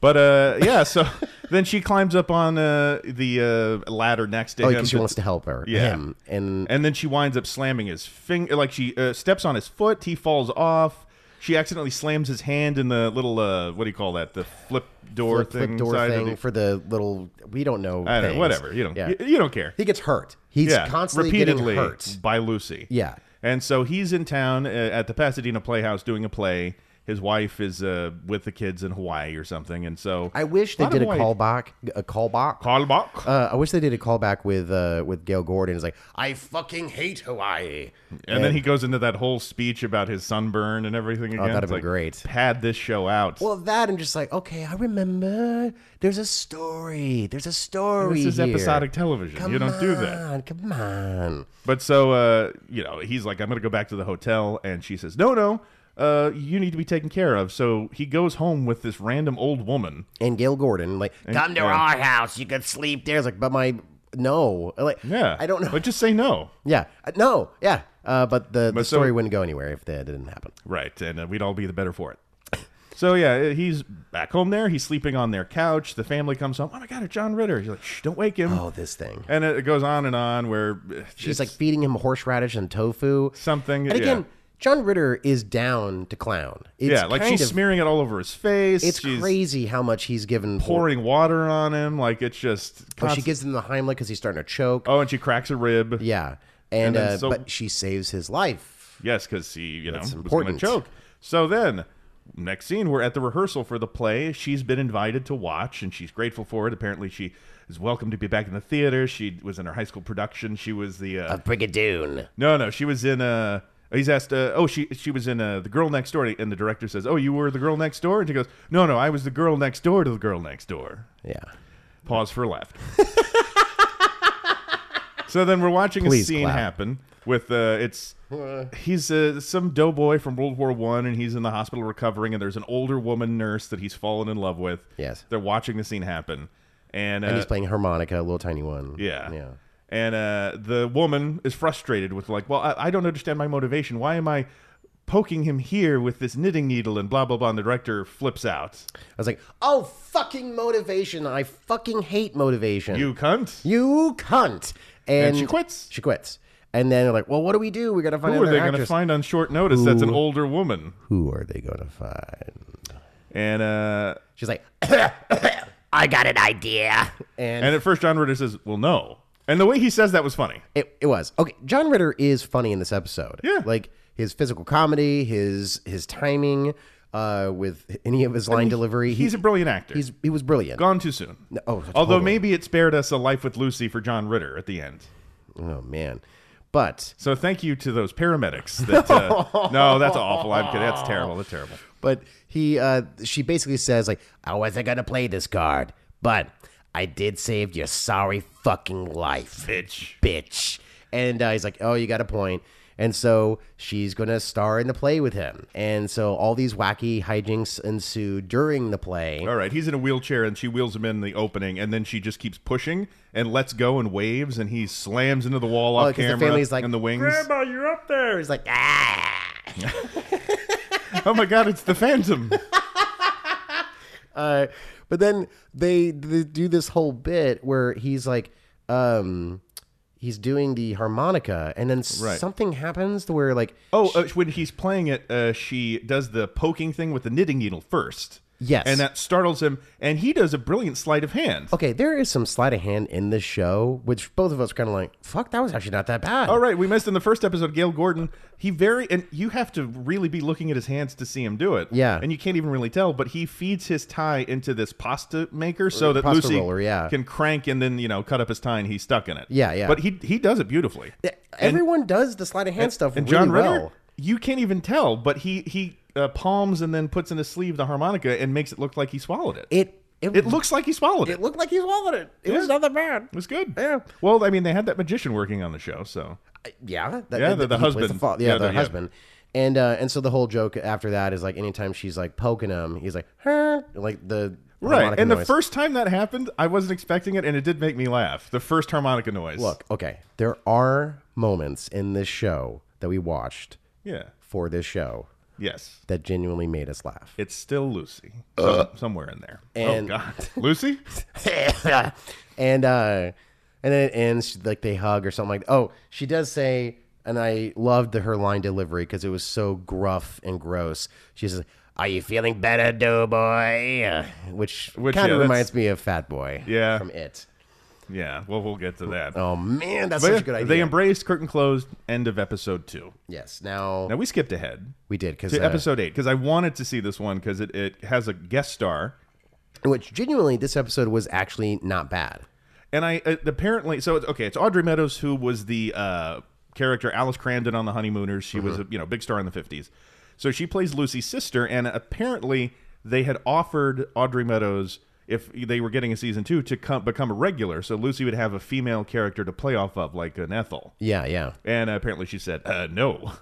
C: But uh, yeah, so then she climbs up on uh, the uh, ladder next to
A: Oh,
C: him.
A: because she
C: to-
A: wants to help her,
C: Yeah.
A: him, and
C: And then she winds up slamming his finger. Like she uh, steps on his foot. He falls off. She accidentally slams his hand in the little uh, what do you call that? The flip door
A: flip,
C: thing.
A: flip door
C: side of
A: thing
C: the-
A: for the little. We don't know.
C: I don't
A: things.
C: know, whatever. You don't.
A: Yeah.
C: You, you don't care.
A: he gets hurt. He's
C: yeah.
A: constantly
C: repeatedly
A: getting hurt.
C: by Lucy.
A: Yeah.
C: And so he's in town uh, at the Pasadena Playhouse doing a play. His wife is uh, with the kids in Hawaii or something. And so
A: I wish they
C: lot
A: did a
C: of Hawaii-
A: callback. A callback.
C: Call back.
A: uh, I wish they did a callback with uh, with Gail Gordon. It's like
D: I fucking hate Hawaii.
C: And then he goes into that whole speech about his sunburn and everything again.
A: Oh, that'd
C: It's
A: be
C: like,
A: great.
C: Pad this show out.
A: well that, and just like okay, I remember. There's a story. There's a story.
C: this is
A: here.
C: episodic television.
A: Come
C: you don't do that.
A: on, Come on.
C: But so, uh, you know, he's like, I'm going to go back to the hotel. And she says, No, no, uh, you need to be taken care of. So he goes home with this random old woman.
A: And Gail Gordon, like,
D: Come to
C: Yeah.
D: our house. You can sleep there.
A: there's like, but my no, like,
C: Yeah.
A: I don't know.
C: But just say no.
A: Yeah. Uh, No. Yeah. Uh, but the, the
C: so-
A: story wouldn't go anywhere if that didn't happen.
C: Right. And uh, we'd all be the better for it. So yeah, uh, he's back home there. He's sleeping on their couch. The family comes home. Oh my god, it's John Ritter. He's like, Shh, don't wake him.
A: Oh, this thing.
C: And it goes on and on. Where uh,
A: She's
C: it's
A: like feeding him horseradish and tofu.
C: something.
A: And again,
C: yeah.
A: John Ritter is down to clown. It's
C: yeah, like
A: kind
C: she's
A: of-
C: smearing it all over his face.
A: It's
C: she's
A: crazy how much he's given. for-
C: pouring water on him. Like it's just.
A: Oh, she
C: constant-
A: gives him the Heimlich because he's starting to choke.
C: oh, and she cracks a rib.
A: Yeah. And,
C: And then
A: uh,
C: so-
A: but she saves his life.
C: Yes, because he, you know, was going
A: important.
C: to choke. So then, next scene, we're at the rehearsal for the play. She's been invited to watch, and she's grateful for it. Apparently, she is welcome to be back in the theater. She was in her high school production. She was the uh,
D: A Brigadoon.
C: no, no, she was in uh He's asked, uh, "Oh, she she was in uh, the girl next door," and the director says, "Oh, you were the girl next door," and she goes, "No, no, I was the girl next door to the girl next door."
A: Yeah.
C: Pause for laughter. so then we're watching
A: Please
C: a scene
A: clap.
C: happen with uh, it's he's uh, some doughboy from World War One, and he's in the hospital recovering, and there's an older woman nurse that he's fallen in love with.
A: Yes.
C: they're watching the scene happen, and, uh,
A: And he's playing harmonica, a little tiny one.
C: yeah.
A: Yeah.
C: And uh, the woman is frustrated with like, well, I, I don't understand my motivation. Why am I poking him here with this knitting needle and blah blah blah? And the director flips out.
A: I was like, oh, fucking motivation. I fucking hate motivation.
C: You cunt.
A: You cunt. And,
C: And she quits.
A: She quits. And then they're like, well, what do we do? We got to find
C: Who are
A: another
C: they going to
A: actress.
C: find on short notice? That's an older woman.
A: Who are they going to find?
C: And uh,
A: She's like,
D: I got an idea.
A: and,
C: and at first John Ritter says, "Well, no." And the way he says that was funny.
A: it, it was okay. John Ritter is funny in this episode.
C: Yeah.
A: like his physical comedy, his his timing, uh, with any of his line delivery.
C: He's a
A: he,
C: brilliant actor.
A: he's he was brilliant.
C: gone too soon.
A: oh,
C: Although
A: totally.
C: maybe it spared us a life with Lucy for John Ritter at the end.
A: Oh man, but
C: So thank you to those paramedics. That uh, no, that's awful. I'm kidding. That's terrible. That's terrible.
A: but he uh, she basically says like,
D: I wasn't going to play this card, but I did save your sorry fucking life.
C: Bitch.
D: Bitch.
A: and uh, he's like, oh, you got a point. And so she's going to star in the play with him. And so all these wacky hijinks ensue during the play.
C: All right, he's in a wheelchair and she wheels him in the opening, and then she just keeps pushing and lets go and waves, and he slams into the wall
A: Oh,
C: off
A: 'cause the
C: camera.
A: family's like,
C: and the wings.
D: you're up there. He's like, ah.
C: Oh my God, it's the Phantom!
A: Uh, But then they, they do this whole bit where he's like, um, he's doing the harmonica, and then
C: Right.
A: something happens to where like,
C: Oh, uh, when he's playing it, uh, she does the poking thing with the knitting needle first.
A: Yes.
C: And that startles him, and he does a brilliant sleight of hand.
A: okay, there is some sleight of hand in this show, which both of us kind of like, fuck, that was actually not that bad.
C: All right, we missed in the first episode Gail Gordon. He very and you have to really be looking at his hands to see him do it.
A: Yeah.
C: and you can't even really tell. But he feeds his tie into this pasta maker so that
A: pasta
C: Lucy
A: roller, yeah.
C: can crank and then you know cut up his tie and he's stuck in it.
A: Yeah, yeah.
C: But he he does it beautifully.
A: Everyone does the sleight of hand stuff
C: and
A: really
C: John Ritter,
A: well.
C: you can't even tell, but he he uh, palms and then puts in his sleeve the harmonica and makes it look like he swallowed it.
A: It it,
C: It looks like he swallowed it.
A: it looked like he swallowed it. It was not that bad.
C: It was good.
A: Yeah.
C: Well, I mean, they had that magician working on the show, so
A: yeah, that,
C: Uh, Yeah,
A: that-
C: the- the
A: he plays
C: husband.
A: fa-
C: Yeah,
A: yeah, the,
C: the- yeah.
A: husband, and uh, and so the whole joke after that is like anytime she's like poking him, he's like, huh, like the
C: right.
A: harmonica
C: And the
A: noise.
C: first time that happened, I wasn't expecting it, and it did make me laugh. The first harmonica noise.
A: look, okay, there are moments in this show that we watched
C: Yeah.
A: for this show
C: Yes.
A: that genuinely made us laugh.
C: It's still Lucy, So- somewhere in there.
A: And-
C: oh God, Lucy.
A: and uh and then it ends like they hug or something like oh she does say and i loved the, her line delivery because it was so gruff and gross she says are you feeling better doughboy which,
C: Which,
A: kind
C: yeah,
A: of
C: that's-
A: reminds me of fat boy
C: Yeah.
A: from it
C: Yeah. Well, we'll get to that.
A: oh man that's
C: But
A: such
C: yeah,
A: a good idea
C: They embraced curtain closed. End of episode two.
A: yes now,
C: Now we skipped ahead
A: we did uh, because
C: to episode eight because I wanted to see this one because it, it has a guest star
A: which genuinely this episode was actually not bad
C: And I uh, apparently so it's okay. It's Audrey Meadows who was the uh, character Alice Crandon on The Honeymooners. She was a you know big star in the fifties. So she plays Lucy's sister, and apparently they had offered Audrey Meadows if they were getting a season two to come become a regular. So Lucy would have a female character to play off of, like an Ethel.
A: yeah yeah
C: And apparently she said uh, no,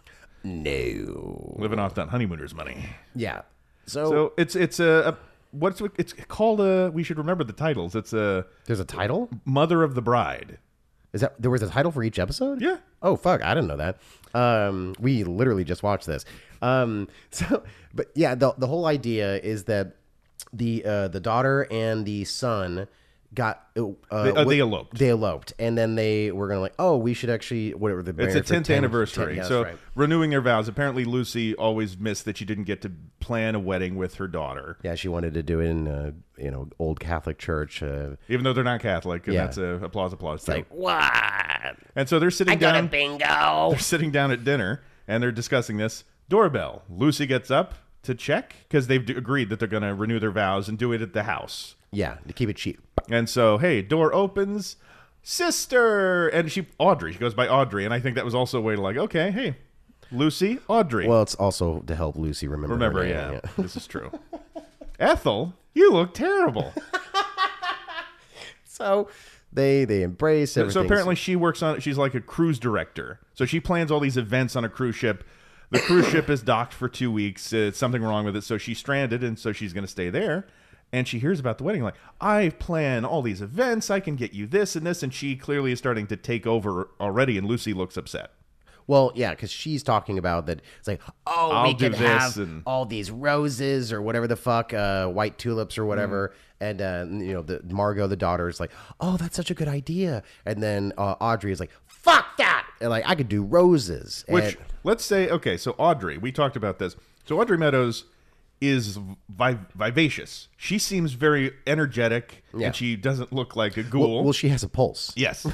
A: no
C: living off that Honeymooners money.
A: yeah so,
C: So it's it's a, a what's it- it's called a. We should remember the titles. It's a
A: there's a title
C: Mother of the Bride.
A: Is that there was a title for each episode?
C: Yeah.
A: Oh fuck, I didn't know that. Um, we literally just watched this. Um, so, but yeah, the the whole idea is that the uh, the daughter and the son got uh,
C: uh,
A: wa-
C: they eloped.
A: They eloped, and then they were gonna like, oh, we should actually whatever the
C: It's the tenth anniversary, so renewing their vows. Apparently, Lucy always missed that she didn't get to plan a wedding with her daughter,
A: yeah, she wanted to do it in uh, you know old Catholic church. Uh,
C: even though they're not Catholic. And
A: Yeah.
C: that's a applause, applause. too.
D: What?
C: and so they're sitting
D: I got a
C: down.
D: bingo.
C: They're sitting down at dinner, and they're discussing this doorbell. Lucy gets up to check because they've d- agreed that they're going to renew their vows and do it at the house.
A: yeah, to keep it cheap.
C: And so, hey, door opens, sister, and she Audrey. She goes by Audrey, and I think that was also a way to like, okay, hey, Lucy, Audrey.
A: Well, it's also to help Lucy remember. her
C: Remember,
A: name,
C: yeah, this is true. Ethel, you look terrible.
A: So they they embrace everything.
C: so apparently, she works on. She's like a cruise director. So she plans all these events on a cruise ship. The cruise ship is docked for two weeks. Uh, something wrong with it, so she's stranded, and so she's going to stay there. And she hears about the wedding. Like, I plan all these events. I can get you this and this. And she clearly is starting to take over already. And Lucy looks upset.
A: Well, yeah, because she's talking about that. It's like,
D: Oh,
C: I'll
D: we
C: do
D: could
C: this
D: have
C: and-
D: all these roses or
A: or whatever the fuck, uh, white tulips or
C: Mm.
A: whatever. And uh, you know, the Margot, the daughter, is like, "Oh, that's such a good idea." And then uh, Audrey is like,
D: fuck that.
A: and like I could do roses."
C: Which
A: And-
C: let's say, okay, so Audrey, we talked about this. So Audrey Meadows is vi- vivacious. She seems very energetic,
A: Yeah.
C: and she doesn't look like a ghoul.
A: well, well, she has a pulse.
C: yes,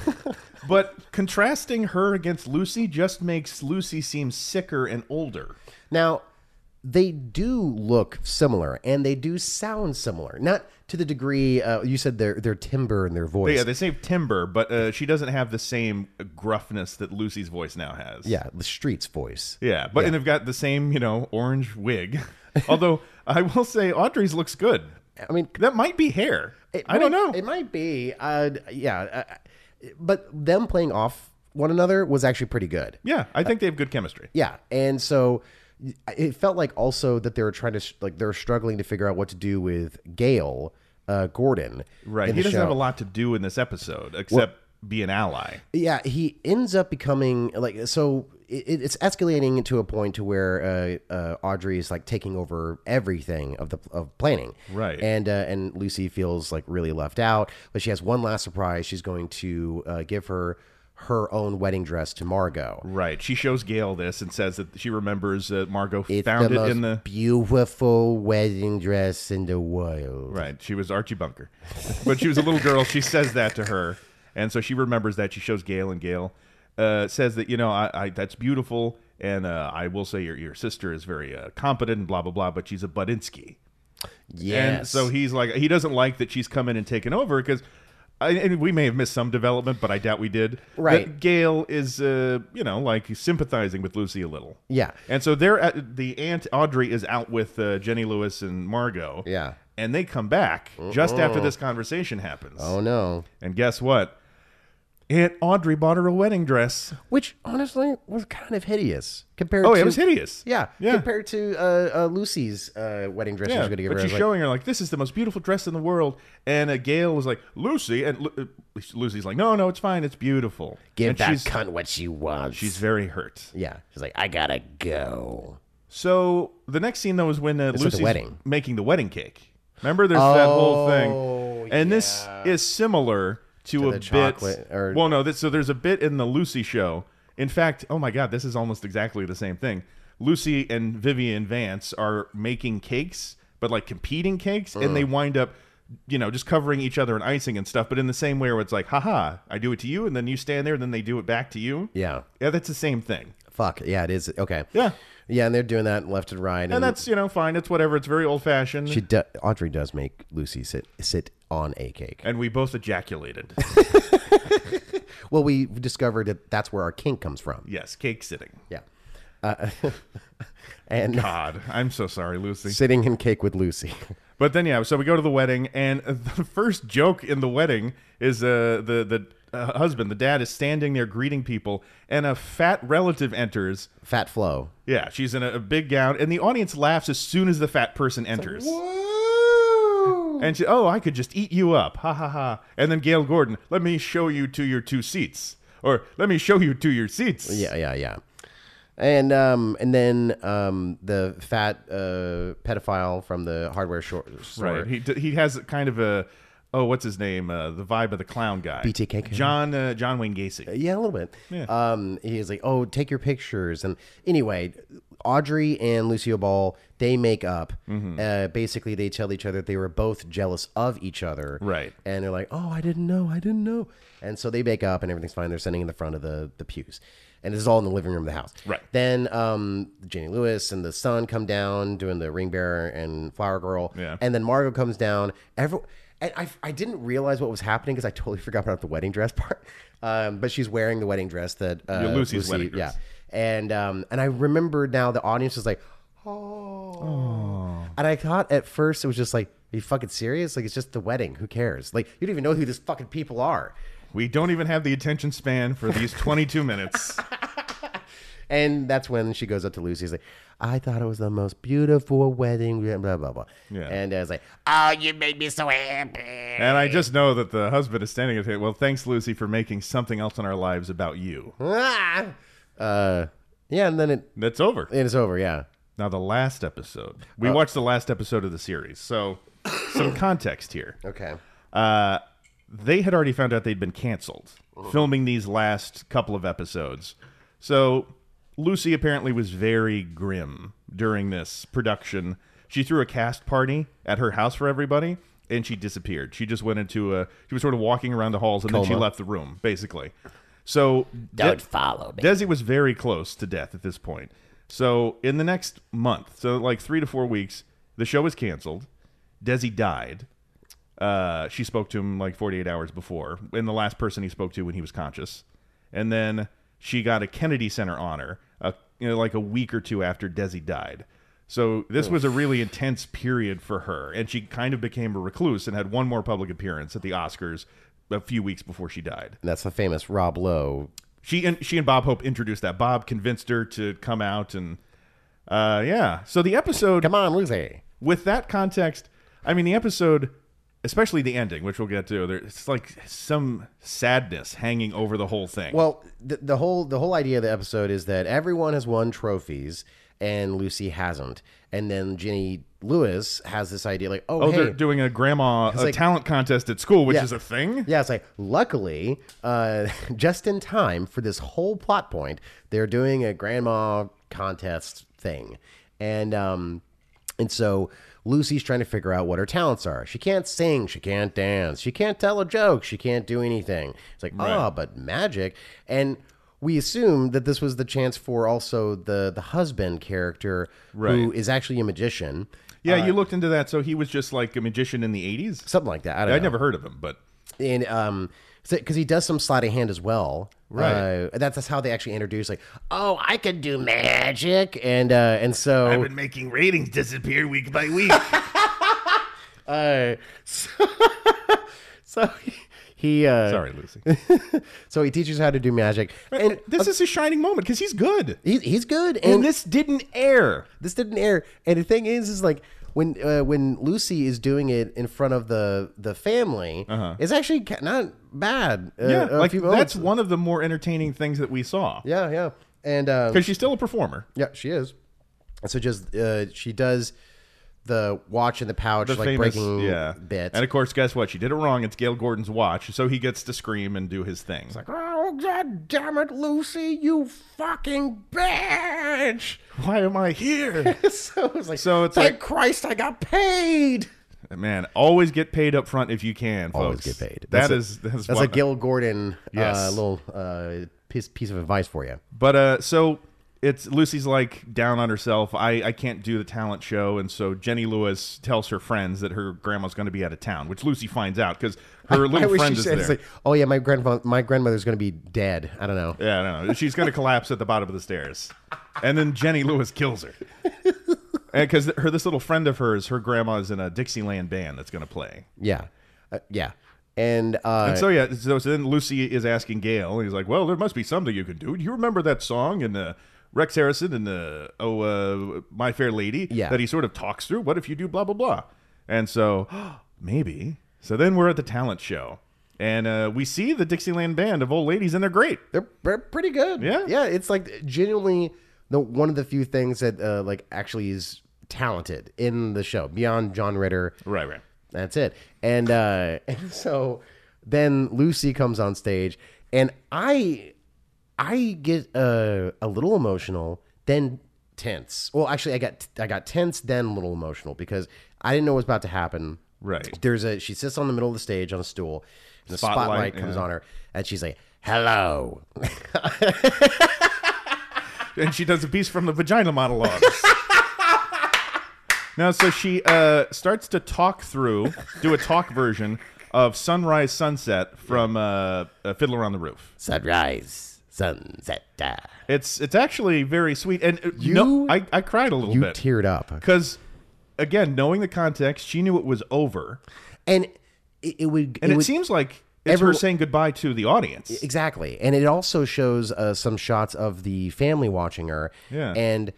C: but contrasting her against Lucy just makes Lucy seem sicker and older.
A: Now, they do look similar and they do sound similar, not to the degree uh, you said their their timbre and their voice.
C: Yeah, they say timber, but uh, she doesn't have the same gruffness that Lucy's voice now has.
A: yeah, the street's voice.
C: Yeah, but and they've got the same, you know, orange wig. Although I will say Audrey's looks good.
A: I mean,
C: That might be hair.
A: It
C: I don't
A: might-
C: know.
A: It might be. Uh, yeah. Uh, but them playing off one another was actually pretty good.
C: Yeah, I think they have good chemistry.
A: Yeah. And so it felt like also that they were trying to, like, they're struggling to figure out what to do with Gail uh, Gordon.
C: Right.
A: in
C: He
A: the
C: doesn't have
A: show.
C: a lot to do in this episode except be an ally.
A: Yeah, he ends up becoming like so. It, it's escalating to a point to where uh, uh, Audrey is like taking over everything of the of planning,
C: Right.
A: And uh, and Lucy feels like really left out, but she has one last surprise. She's going to uh, give her her own wedding dress to Margot.
C: Right. She shows Gail this and says that she remembers that Margot
A: It's
C: found
A: the
C: it
A: most
C: in the
A: beautiful wedding dress in the world.
C: Right. She was Archie Bunker. when she was a little girl, she says that to her. And so she remembers that. She shows Gail, and Gail uh, says that, you know, I, I that's beautiful. And uh, I will say your, your sister is very uh, competent and blah, blah, blah, but she's a Budinsky.
A: Yes.
C: And so he's like, he doesn't like that she's come in and taken over because. and we may have missed some development, but I doubt we did.
A: Right.
C: That Gail is, uh, you know, like sympathizing with Lucy a little.
A: Yeah.
C: And so they're at the aunt Audrey is out with uh, Jenny Lewis and Margot.
A: Yeah.
C: And they come back just after this conversation happens.
A: oh no.
C: And guess what? Aunt Audrey bought her a wedding dress.
A: Which honestly was kind of hideous compared.
C: Oh,
A: to,
C: it was hideous.
A: Yeah,
C: Yeah.
A: compared to uh, uh, Lucy's uh, wedding dress, she was
C: yeah,
A: going to give
C: but
A: her. I was
C: she's
A: like,
C: showing her like this is the most beautiful dress in the world, and uh, Gail was like Lucy, and Lu- uh, Lucy's like, no, no, it's fine, it's beautiful.
D: Give
C: and
D: that
C: she's,
D: cunt what she wants.
C: she's very hurt.
A: yeah,
D: She's like, I gotta go.
C: So the next scene though is when uh,
A: with the
C: Lucy's
A: wedding.
C: making the wedding cake. Remember, there's that whole thing, and this is similar to, a
A: the
C: bit.
A: chocolate, or-
C: Well, no, this, so there's a bit in the Lucy show. In fact, oh my God, this is almost exactly the same thing. Lucy and Vivian Vance are making cakes, but like competing cakes, and they wind up, you know, just covering each other in icing and stuff. But in the same way, where it's like, haha, I do it to you, and then you stand there, and then they do it back to you.
A: yeah,
C: yeah, that's the same thing.
A: fuck, yeah, it is okay.
C: Yeah.
A: yeah, and they're doing that left and right, and,
C: And that's you know fine. It's whatever. It's very old fashioned.
A: she do- Audrey does make Lucy sit sit on a cake.
C: and we both ejaculated.
A: Well, we discovered that that's where our kink comes from.
C: yes, cake sitting.
A: Yeah, uh, and
C: God, I'm so sorry, Lucy.
A: sitting in cake with Lucy.
C: But then yeah, so we go to the wedding, and the first joke in the wedding is uh, the the uh, husband, the dad, is standing there greeting people, and a fat relative enters.
A: Fat Flo.
C: Yeah, she's in a, a big gown, and the audience laughs as soon as the fat person enters. And she, oh, I could just eat you up. Ha ha ha. And then Gail Gordon, let me show you to your two seats. Or let me show you to your seats.
A: Yeah, yeah, yeah. And um and then um the fat uh pedophile from the hardware shor- store.
C: Right. He, d- he has kind of a oh, what's his name? Uh, the vibe of the clown guy.
A: BTK.
C: John uh, John Wayne Gacy.
A: Yeah, a little bit.
C: Yeah.
A: Um, he's like, "Oh, take your pictures." And anyway, Audrey and Lucio Ball they make up.
C: Mm-hmm.
A: Uh, basically, they tell each other they were both jealous of each other.
C: Right.
A: And they're like, "Oh, I didn't know. I didn't know." And so they make up, and everything's fine. They're sitting in the front of the the pews, and this is all in the living room of the house.
C: Right.
A: Then um, Jenny Lewis and the son come down doing the ring bearer and flower girl.
C: Yeah.
A: And then Margot comes down. Every and I, I didn't realize what was happening because I totally forgot about the wedding dress part. Um, but she's wearing the wedding dress that uh,
C: Yeah, Lucy's wedding dress.
A: Yeah. And um, and I remember now the audience was like, oh. And I thought at first it was just like, are you fucking serious? Like it's just the wedding. Who cares? Like you don't even know who these fucking people are.
C: We don't even have the attention span for these 22 minutes.
A: And that's when she goes up to Lucy. She's like, I thought it was the most beautiful wedding. Blah blah blah. blah.
C: Yeah.
A: And I was like,
D: Oh, you made me so happy.
C: And I just know that the husband is standing at it. Well, thanks, Lucy, for making something else in our lives about you.
A: ah. Uh, yeah. And then it
C: That's over.
A: And it's over, yeah.
C: Now, the last episode. We watched the last episode of the series. So, some context here.
A: Okay.
C: uh, they had already found out they'd been canceled filming these last couple of episodes. So Lucy apparently was very grim during this production. She threw a cast party at her house for everybody and she disappeared. She just went into a she was sort of walking around the halls and then she left the room basically. So
D: Don't
C: De-
D: follow me.
C: Desi was very close to death at this point. So in the next month, so like three to four weeks, the show was canceled. Desi died. Uh, she spoke to him like 48 hours before, and the last person he spoke to when he was conscious. And then she got a Kennedy Center honor, uh, you know, like a week or two after Desi died. So this was a really intense period for her, and she kind of became a recluse and had one more public appearance at the Oscars a few weeks before she died.
A: And that's the famous Rob Lowe.
C: She and she and Bob Hope introduced that. Bob convinced her to come out and uh yeah. So the episode
A: Come on, Lucy.
C: with that context, I mean the episode especially the ending, which we'll get to. There, it's like some sadness hanging over the whole thing.
A: Well, the, the whole the whole idea of the episode is that everyone has won trophies and Lucy hasn't, and then Ginny Lewis has this idea like, oh,
C: oh,
A: hey.
C: they're doing a grandma a
A: like-
C: talent contest at school, which
A: Yeah.
C: is a thing.
A: Yeah, it's like luckily, uh, just in time for this whole plot point, they're doing a grandma contest thing, and um, and so Lucy's trying to figure out what her talents are. She can't sing, she can't dance, she can't tell a joke, she can't do anything. It's like ah, but magic, and we assume that this was the chance for also the the husband character who
C: Right.
A: is actually a magician,
C: Yeah, you looked into that, so he was just like a magician in the '80s.
A: something like that. I don't
C: I
A: know.
C: never heard of him, but
A: and um because he does some sleight of hand as well
C: Right.
A: uh, that's, that's how they actually introduce like oh i can do magic and uh and so
C: been making ratings disappear week by week.
A: uh so, so he, he uh
C: Sorry, Lucy.
A: so he teaches how to do magic and
C: this is his shining moment because he's good.
A: he, he's good and,
C: And this didn't air.
A: this didn't air and the thing is is like when uh, when lucy is doing it in front of the the family it's actually ca- not bad uh,
C: Uh-huh. Yeah,
A: a
C: like
A: few moments.
C: that's one of the more entertaining things that we saw.
A: yeah yeah and um,
C: Because she's still a performer.
A: Yeah, she is. And so just uh, she does the watch in the pouch, like
C: famous,
A: breaking
C: yeah.
A: bit.
C: And of course, guess what? She did it wrong. It's Gail Gordon's watch, so he gets to scream and do his thing. It's like,
A: oh god damn it, Lucy, you fucking bitch!
C: why am I here?
A: so it's like,
C: So it's
A: thank
C: like-
A: Christ, I got paid.
C: Man, always get paid up front if you can, folks.
A: Always get paid.
C: That's
A: a-
C: that's,
A: that's
C: what-
A: a Gil Gordon uh,
C: Yes.
A: little uh, piece piece of advice for you.
C: But uh, so it's Lucy's like down on herself. I I can't do the talent show, and so Jenny Lewis tells her friends that her grandma's going to be out of town, which Lucy finds out because her
A: I
C: little
A: wish
C: friend
A: she
C: is
A: said,
C: there.
A: it's like, oh yeah, my grandfather, my grandmother's gonna be dead. I don't know.
C: yeah, I don't know. She's going to collapse at the bottom of the stairs, and then Jenny Lewis kills her. Because her this little friend of hers, her grandma's in a Dixieland band that's going to play.
A: Yeah, uh, yeah. And, uh,
C: And so yeah, so, so then Lucy is asking Gail, and he's like, "Well, there must be something you can do. Do you remember that song and uh, Rex Harrison and uh, oh, uh, My Fair Lady
A: Yeah.
C: that he sort of talks through? What if you do blah blah blah?" And so maybe. So then we're at the talent show, and uh, we see the Dixieland band of old ladies, and they're great.
A: they're, they're pretty good.
C: Yeah.
A: yeah. It's like genuinely the one of the few things that uh, like actually is talented in the show beyond John Ritter.
C: Right, right.
A: That's it. And uh, and so then Lucy comes on stage, and I I get uh, a little emotional, then tense. Well, actually, I got I got tense, then a little emotional because I didn't know what was about to happen.
C: Right.
A: There's a she sits on the middle of the stage on a stool, and the spotlight,
C: Spotlight,
A: comes
C: yeah.
A: on her, and she's like, "Hello."
C: and she does a piece from the vagina monologues. now, so she uh, starts to talk through, do a talk version of Sunrise Sunset from uh, uh, Fiddler on the Roof.
D: Sunrise, sunset. ah.
C: It's it's actually very sweet, and uh,
A: You-
C: no, I, I cried a little
A: You
C: bit
A: teared up.
C: because again, knowing the context, she knew it was over,
A: and it, it would
C: and it,
A: would,
C: seems like it's her
A: everyone-
C: saying goodbye to the audience.
A: exactly and it also shows uh, some shots of the family watching her
C: Yeah.
A: and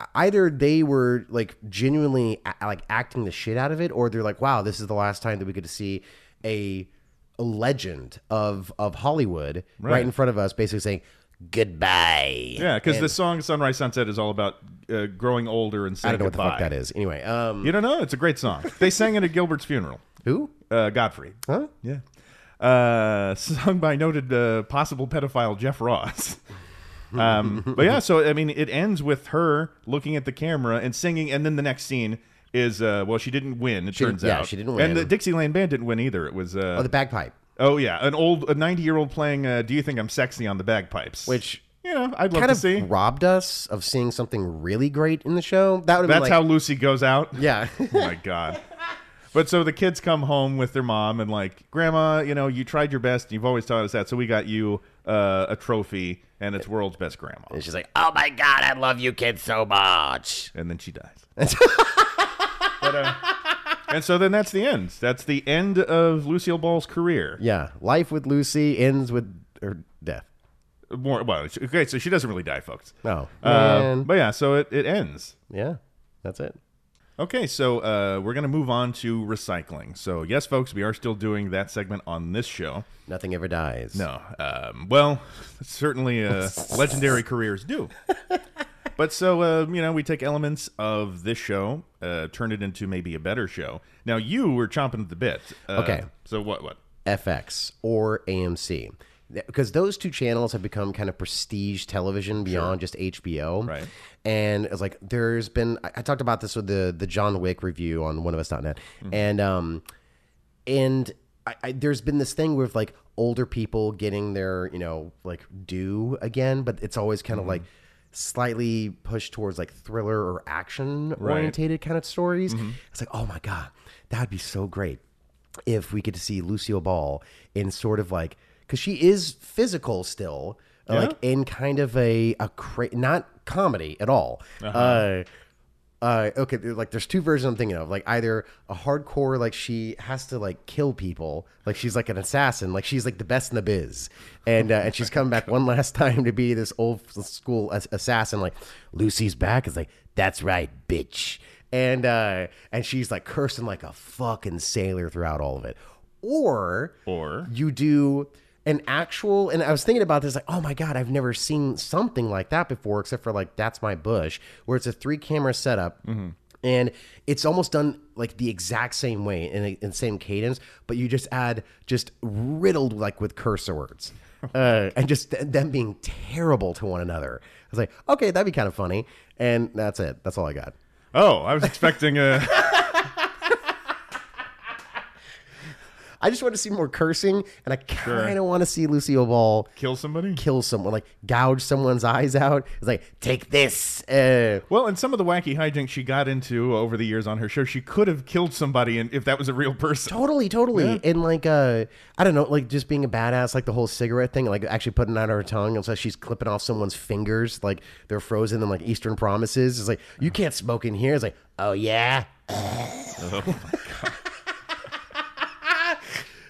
A: e-, either they were like genuinely a- like acting the shit out of it or they're like wow this is the last time that we get to see a, a legend of of hollywood right.
C: Right.
A: in front of us basically saying goodbye
C: Yeah, because the song "Sunrise Sunset" is all about uh, growing older and
A: i
C: saying
A: don't know what the
C: goodbye.
A: fuck that is anyway um
C: You don't know? It's a great song. They sang it at Gilbert's funeral.
A: who
C: uh, Godfrey.
A: Huh?
C: Yeah. Uh, sung by noted uh, possible pedophile Jeff Ross. Um, but yeah, so I mean, it ends with her looking at the camera and singing, and then the next scene is uh, well, she didn't win. It turns
A: yeah,
C: out
A: she didn't win.
C: and the Dixieland band didn't win either. It was uh,
A: oh the bagpipe
C: oh yeah, an old a ninety year old playing. Uh, Do you think I'm sexy on the bagpipes?
A: Which
C: you know, I'd love
A: kind
C: to
A: of
C: see.
A: robbed us of seeing something really great in the show that would have
C: That's
A: been
C: how
A: like
C: Lucy goes out.
A: yeah
C: oh my god. But so the kids come home with their mom and like, Grandma, you know, you tried your best. And you've always taught us that, so we got you uh, a trophy, and it's world's best grandma.
D: And she's like, "Oh my God, I love you kids so much."
C: And then she dies. but, uh, and so then that's the end. That's the end of Lucille Ball's career.
A: Yeah, life with Lucy ends with her death.
C: More well, she- okay, so she doesn't really die, folks.
A: No, Oh,
C: Uh,
A: man.
C: but yeah, so it, it ends.
A: yeah, that's it.
C: Okay, so uh, we're going to move on to recycling. So, yes, folks, we are still doing that segment on this show.
A: Nothing ever dies.
C: No. Um, well, certainly uh, legendary careers do. But so, uh, you know, we take elements of this show, uh, turn it into maybe a better show. Now, you were chomping at the bit. Uh,
A: Okay.
C: So, what? What?
A: FX or AMC. Because those two channels have become kind of prestige television beyond just HBO,
C: Right.
A: And it's like there's been I, I talked about this with the the John Wick review on oneofus.net,
C: Mm-hmm.
A: and um, and I, I, there's been this thing with like older people getting their you know like due again, but it's always kind of like slightly pushed towards like thriller or action orientated kind of stories. It's like oh my god, that would be so great if we get to see Lucille Ball in sort of like because she is physical still, like in kind of a a cra- not comedy at all. uh uh, okay, there- like there's two versions I'm thinking of. Like either a hardcore, like she has to like kill people, like she's like an assassin, like she's like the best in the biz, and uh, and she's come back one last time to be this old school ass- assassin. Like Lucy's back is like that's right, bitch, and uh, and she's like cursing like a fucking sailor throughout all of it. Or
C: Or-
A: you do an actual and i was thinking about this like oh my god i've never seen something like that before except for like that's my bush where it's a three camera setup and it's almost done like the exact same way in the same cadence but you just add just riddled like with cursor words uh, and just th- them being terrible to one another i was like okay that'd be kind of funny and that's it that's all i got
C: Oh, I was expecting a.
A: i just want to see more cursing and i kind of want to see lucille ball
C: kill somebody?
A: kill someone, like gouge someone's eyes out. It's like, take this. Uh,
C: Well, and some of the wacky hijinks she got into over the years on her show, she could have killed somebody and if that was a real person.
A: totally, totally. And like, uh, I don't know, like just being a badass, like the whole cigarette thing, like actually putting out her tongue. And so she's clipping off someone's fingers, like they're frozen and like Eastern promises. It's like, you can't smoke in here. It's like, oh yeah.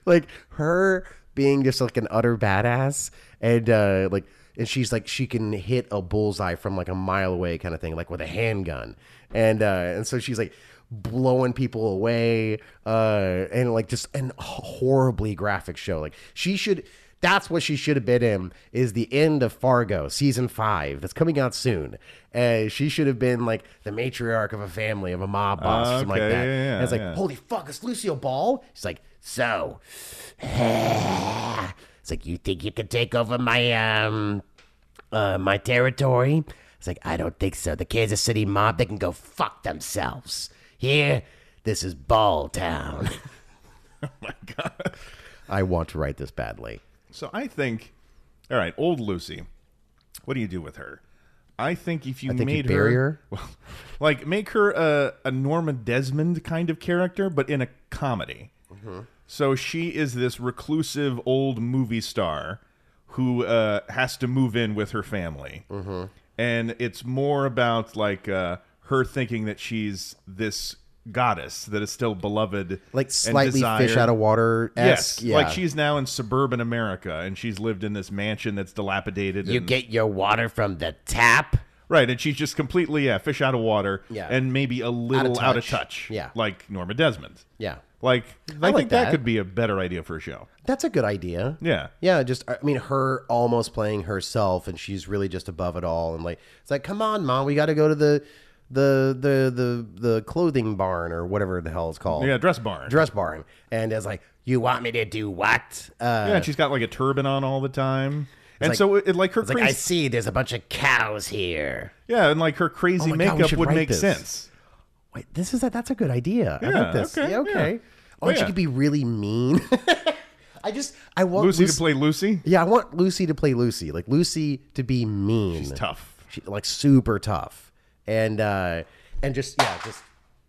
A: like her being just like an utter badass and uh like and she's like she can hit a bullseye from like a mile away kind of thing like with a handgun and uh and so she's like blowing people away uh and like just an horribly graphic show like she should that's what she should have been in is the end of fargo season five that's coming out soon uh, she should have been like the matriarch of a family of a mob boss or something like
C: Ah, Okay,
A: that
C: yeah, yeah,
A: and it's like
C: yeah.
A: holy fuck it's lucille ball she's like so it's like you think you could take over my um uh my territory? It's like I don't think so. The Kansas City mob they can go fuck themselves. Here, this is Ball Town.
C: my God.
A: I want to write this badly.
C: So I think, all right, old Lucy, what do you do with her? I think if you
A: think you
C: made
A: bury her.
C: well, like make her a, a Norma Desmond kind of character, but in a comedy. So she is this reclusive old movie star who uh, has to move in with her family, and it's more about like uh, her thinking that she's this goddess that is still beloved,
A: Like
C: and
A: slightly fish
C: desired.
A: out of water.
C: Yes,
A: yeah.
C: like she's now in suburban America, and she's lived in this mansion that's dilapidated.
D: You
C: and,
D: get your water from the tap?
C: right, and she's just completely yeah, fish out of water,
A: Yeah.
C: and maybe a little out of touch,
A: touch. Yeah.
C: like Norma Desmond.
A: yeah.
C: Like I,
A: like
C: think that.
A: that.
C: could be a better idea for a show.
A: That's a good idea.
C: Yeah.
A: Yeah, just I mean her almost playing herself and she's really just above it all and like it's like come on mom, we got to go to the the the the the clothing barn or whatever the hell it's called.
C: Yeah, dress barn.
A: dress barn and it's like you want me to do what uh
C: yeah, and she's got like a turban on all the time, and
A: like-
C: so it, like her
A: it's like
C: crazy,
A: i see there's a bunch of cows here
C: yeah, and like her crazy
A: Oh my God, we
C: makeup
A: should
C: would
A: write
C: make
A: this.
C: sense.
A: wait this is that that's a good idea i
C: Yeah,
A: like this
C: okay,
A: yeah okay
C: yeah.
A: oh and
C: Yeah.
A: she could be really mean i just i want
C: Lucy
A: lucy,
C: to play Lucy,
A: yeah i want lucy to play lucy like lucy to be mean she's
C: tough.
A: she, like super tough and uh and just yeah just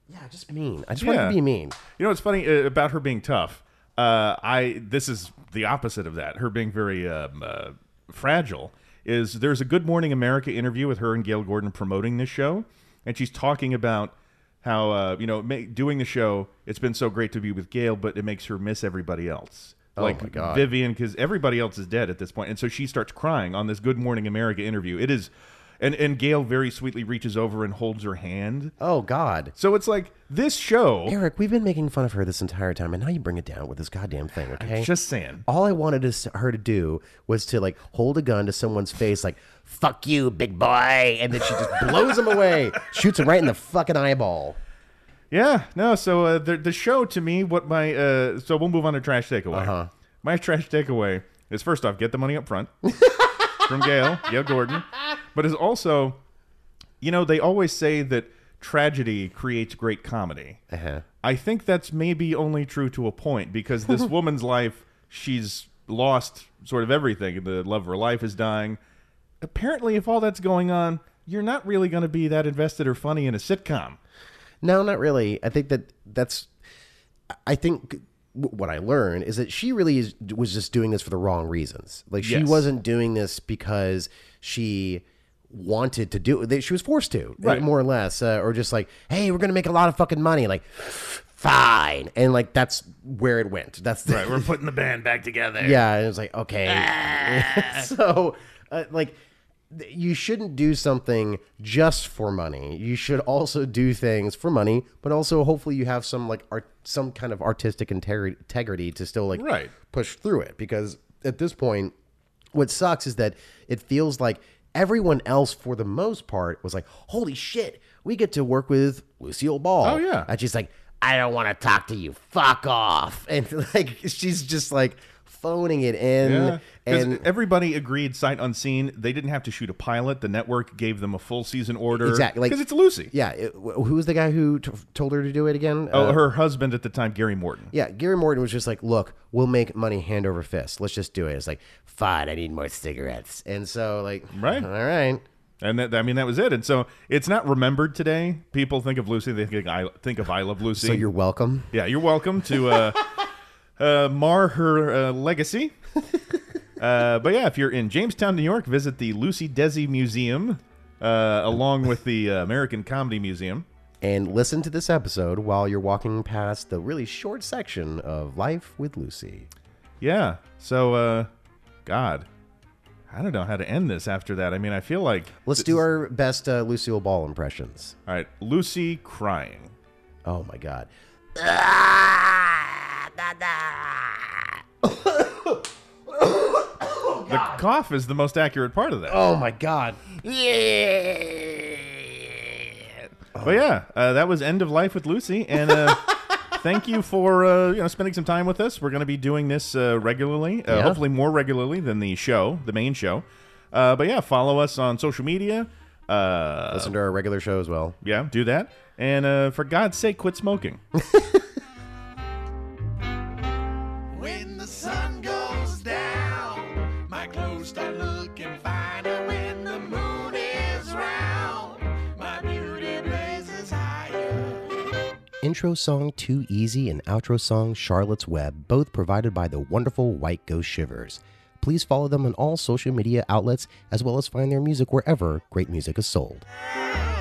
A: yeah just mean i just want her
C: Yeah.
A: to be mean
C: You know what's funny uh, about her being tough? Uh, I this is the opposite of that. Her being very um, uh, fragile is there's a Good Morning America interview with her and Gail Gordon promoting this show, and she's talking about how uh, you know ma- doing the show. It's been so great to be with Gail, but it makes her miss everybody else. like
A: Oh my God.
C: Vivian, because everybody else is dead at this point, and so she starts crying on this Good Morning America interview. It is. And and Gail very sweetly reaches over and holds her hand.
A: Oh God,
C: So it's like this show.
A: Eric, we've been making fun of her this entire time, and now you bring it down with this goddamn thing. Okay,
C: Just saying.
A: all I wanted is her to do was to like hold a gun to someone's face, like "fuck you, big boy," and then she just blows him away, shoots him right in the fucking eyeball.
C: Yeah, no. So uh, the the show to me, what my uh, so we'll move on to trash takeaway. Uh-huh. My trash takeaway is first off, get the money up front from Gail, Gail Gordon, but is also, you know, they always say that tragedy creates great comedy.
A: Uh-huh.
C: I think that's maybe only true to a point because this woman's life, she's lost sort of everything. The love of her life is dying. Apparently, if all that's going on, you're not really going to be that invested or funny in a sitcom.
A: No, not really. I think that that's. I think w- what I learned is that she really is, was just doing this for the wrong reasons. Like she
C: Yes.
A: wasn't doing this because she wanted to do it. She was forced to,
C: Right.
A: more or less, uh, or just like, hey, we're gonna make a lot of fucking money. Like, fine, and like that's where it went. That's the,
C: We're putting the band back together.
A: yeah, and it was like, okay. so, uh, like, th- you shouldn't do something just for money. You should also do things for money, but also hopefully you have some like art, some kind of artistic integ- integrity to still like
C: Right.
A: push through it. Because at this point, what sucks is that it feels like everyone else, for the most part, was like, "Holy shit, we get to work with Lucille Ball."
C: Oh, yeah.
A: and she's like, "I don't want to talk to you. Fuck off." And like, she's just like phoning it in,
C: Yeah. 'Cause
A: and
C: everybody agreed sight unseen. They didn't have to shoot a pilot. The network gave them a full season order.
A: Exactly, like-
C: Because it's Lucy.
A: yeah, it, wh- who was the guy who t- told her to do it again?
C: Oh,
A: Uh,
C: her husband at the time, Gary Morton.
A: Yeah, Gary Morton was just like, "Look, we'll make money hand over fist. Let's just do it." It's like, "Fine, I need more cigarettes." And so, like,
C: Right.
A: all right,
C: And that, I mean, that was it. And so it's not remembered today. People think of Lucy. They think I think of I Love Lucy.
A: so you're welcome.
C: yeah, you're welcome to uh, uh, mar her uh, legacy. Uh, but yeah, if you're in Jamestown, New York, visit the Lucy Desi Museum uh, along with the uh, American Comedy Museum.
A: and listen to this episode while you're walking past the really short section of Life with Lucy.
C: Yeah. So, uh, God, I don't know how to end this after that. I mean, I feel like.
A: Let's do our best uh, Lucille Ball impressions.
C: All right. Lucy crying.
A: Oh my God.
C: the cough is the most accurate part of that.
A: Oh my God.
C: But yeah, uh, that was End of Life with Lucy. And, uh,. Thank you for uh, you know spending some time with us. We're going to be doing this uh, regularly, uh,
A: Yeah.
C: hopefully more regularly than the show, the main show. Uh, but yeah, follow us on social media. Uh,
A: Listen to our regular show as well.
C: yeah, do that, and uh, for God's sake, quit smoking.
E: When the sun goes down, my clothes start looking finer. When the moon is round, my beauty blazes higher.
A: Intro song Too Easy and outro song Charlotte's Web, both provided by the wonderful White Ghost Shivers. Please follow them on all social media outlets as well as find their music wherever great music is sold.
E: Down.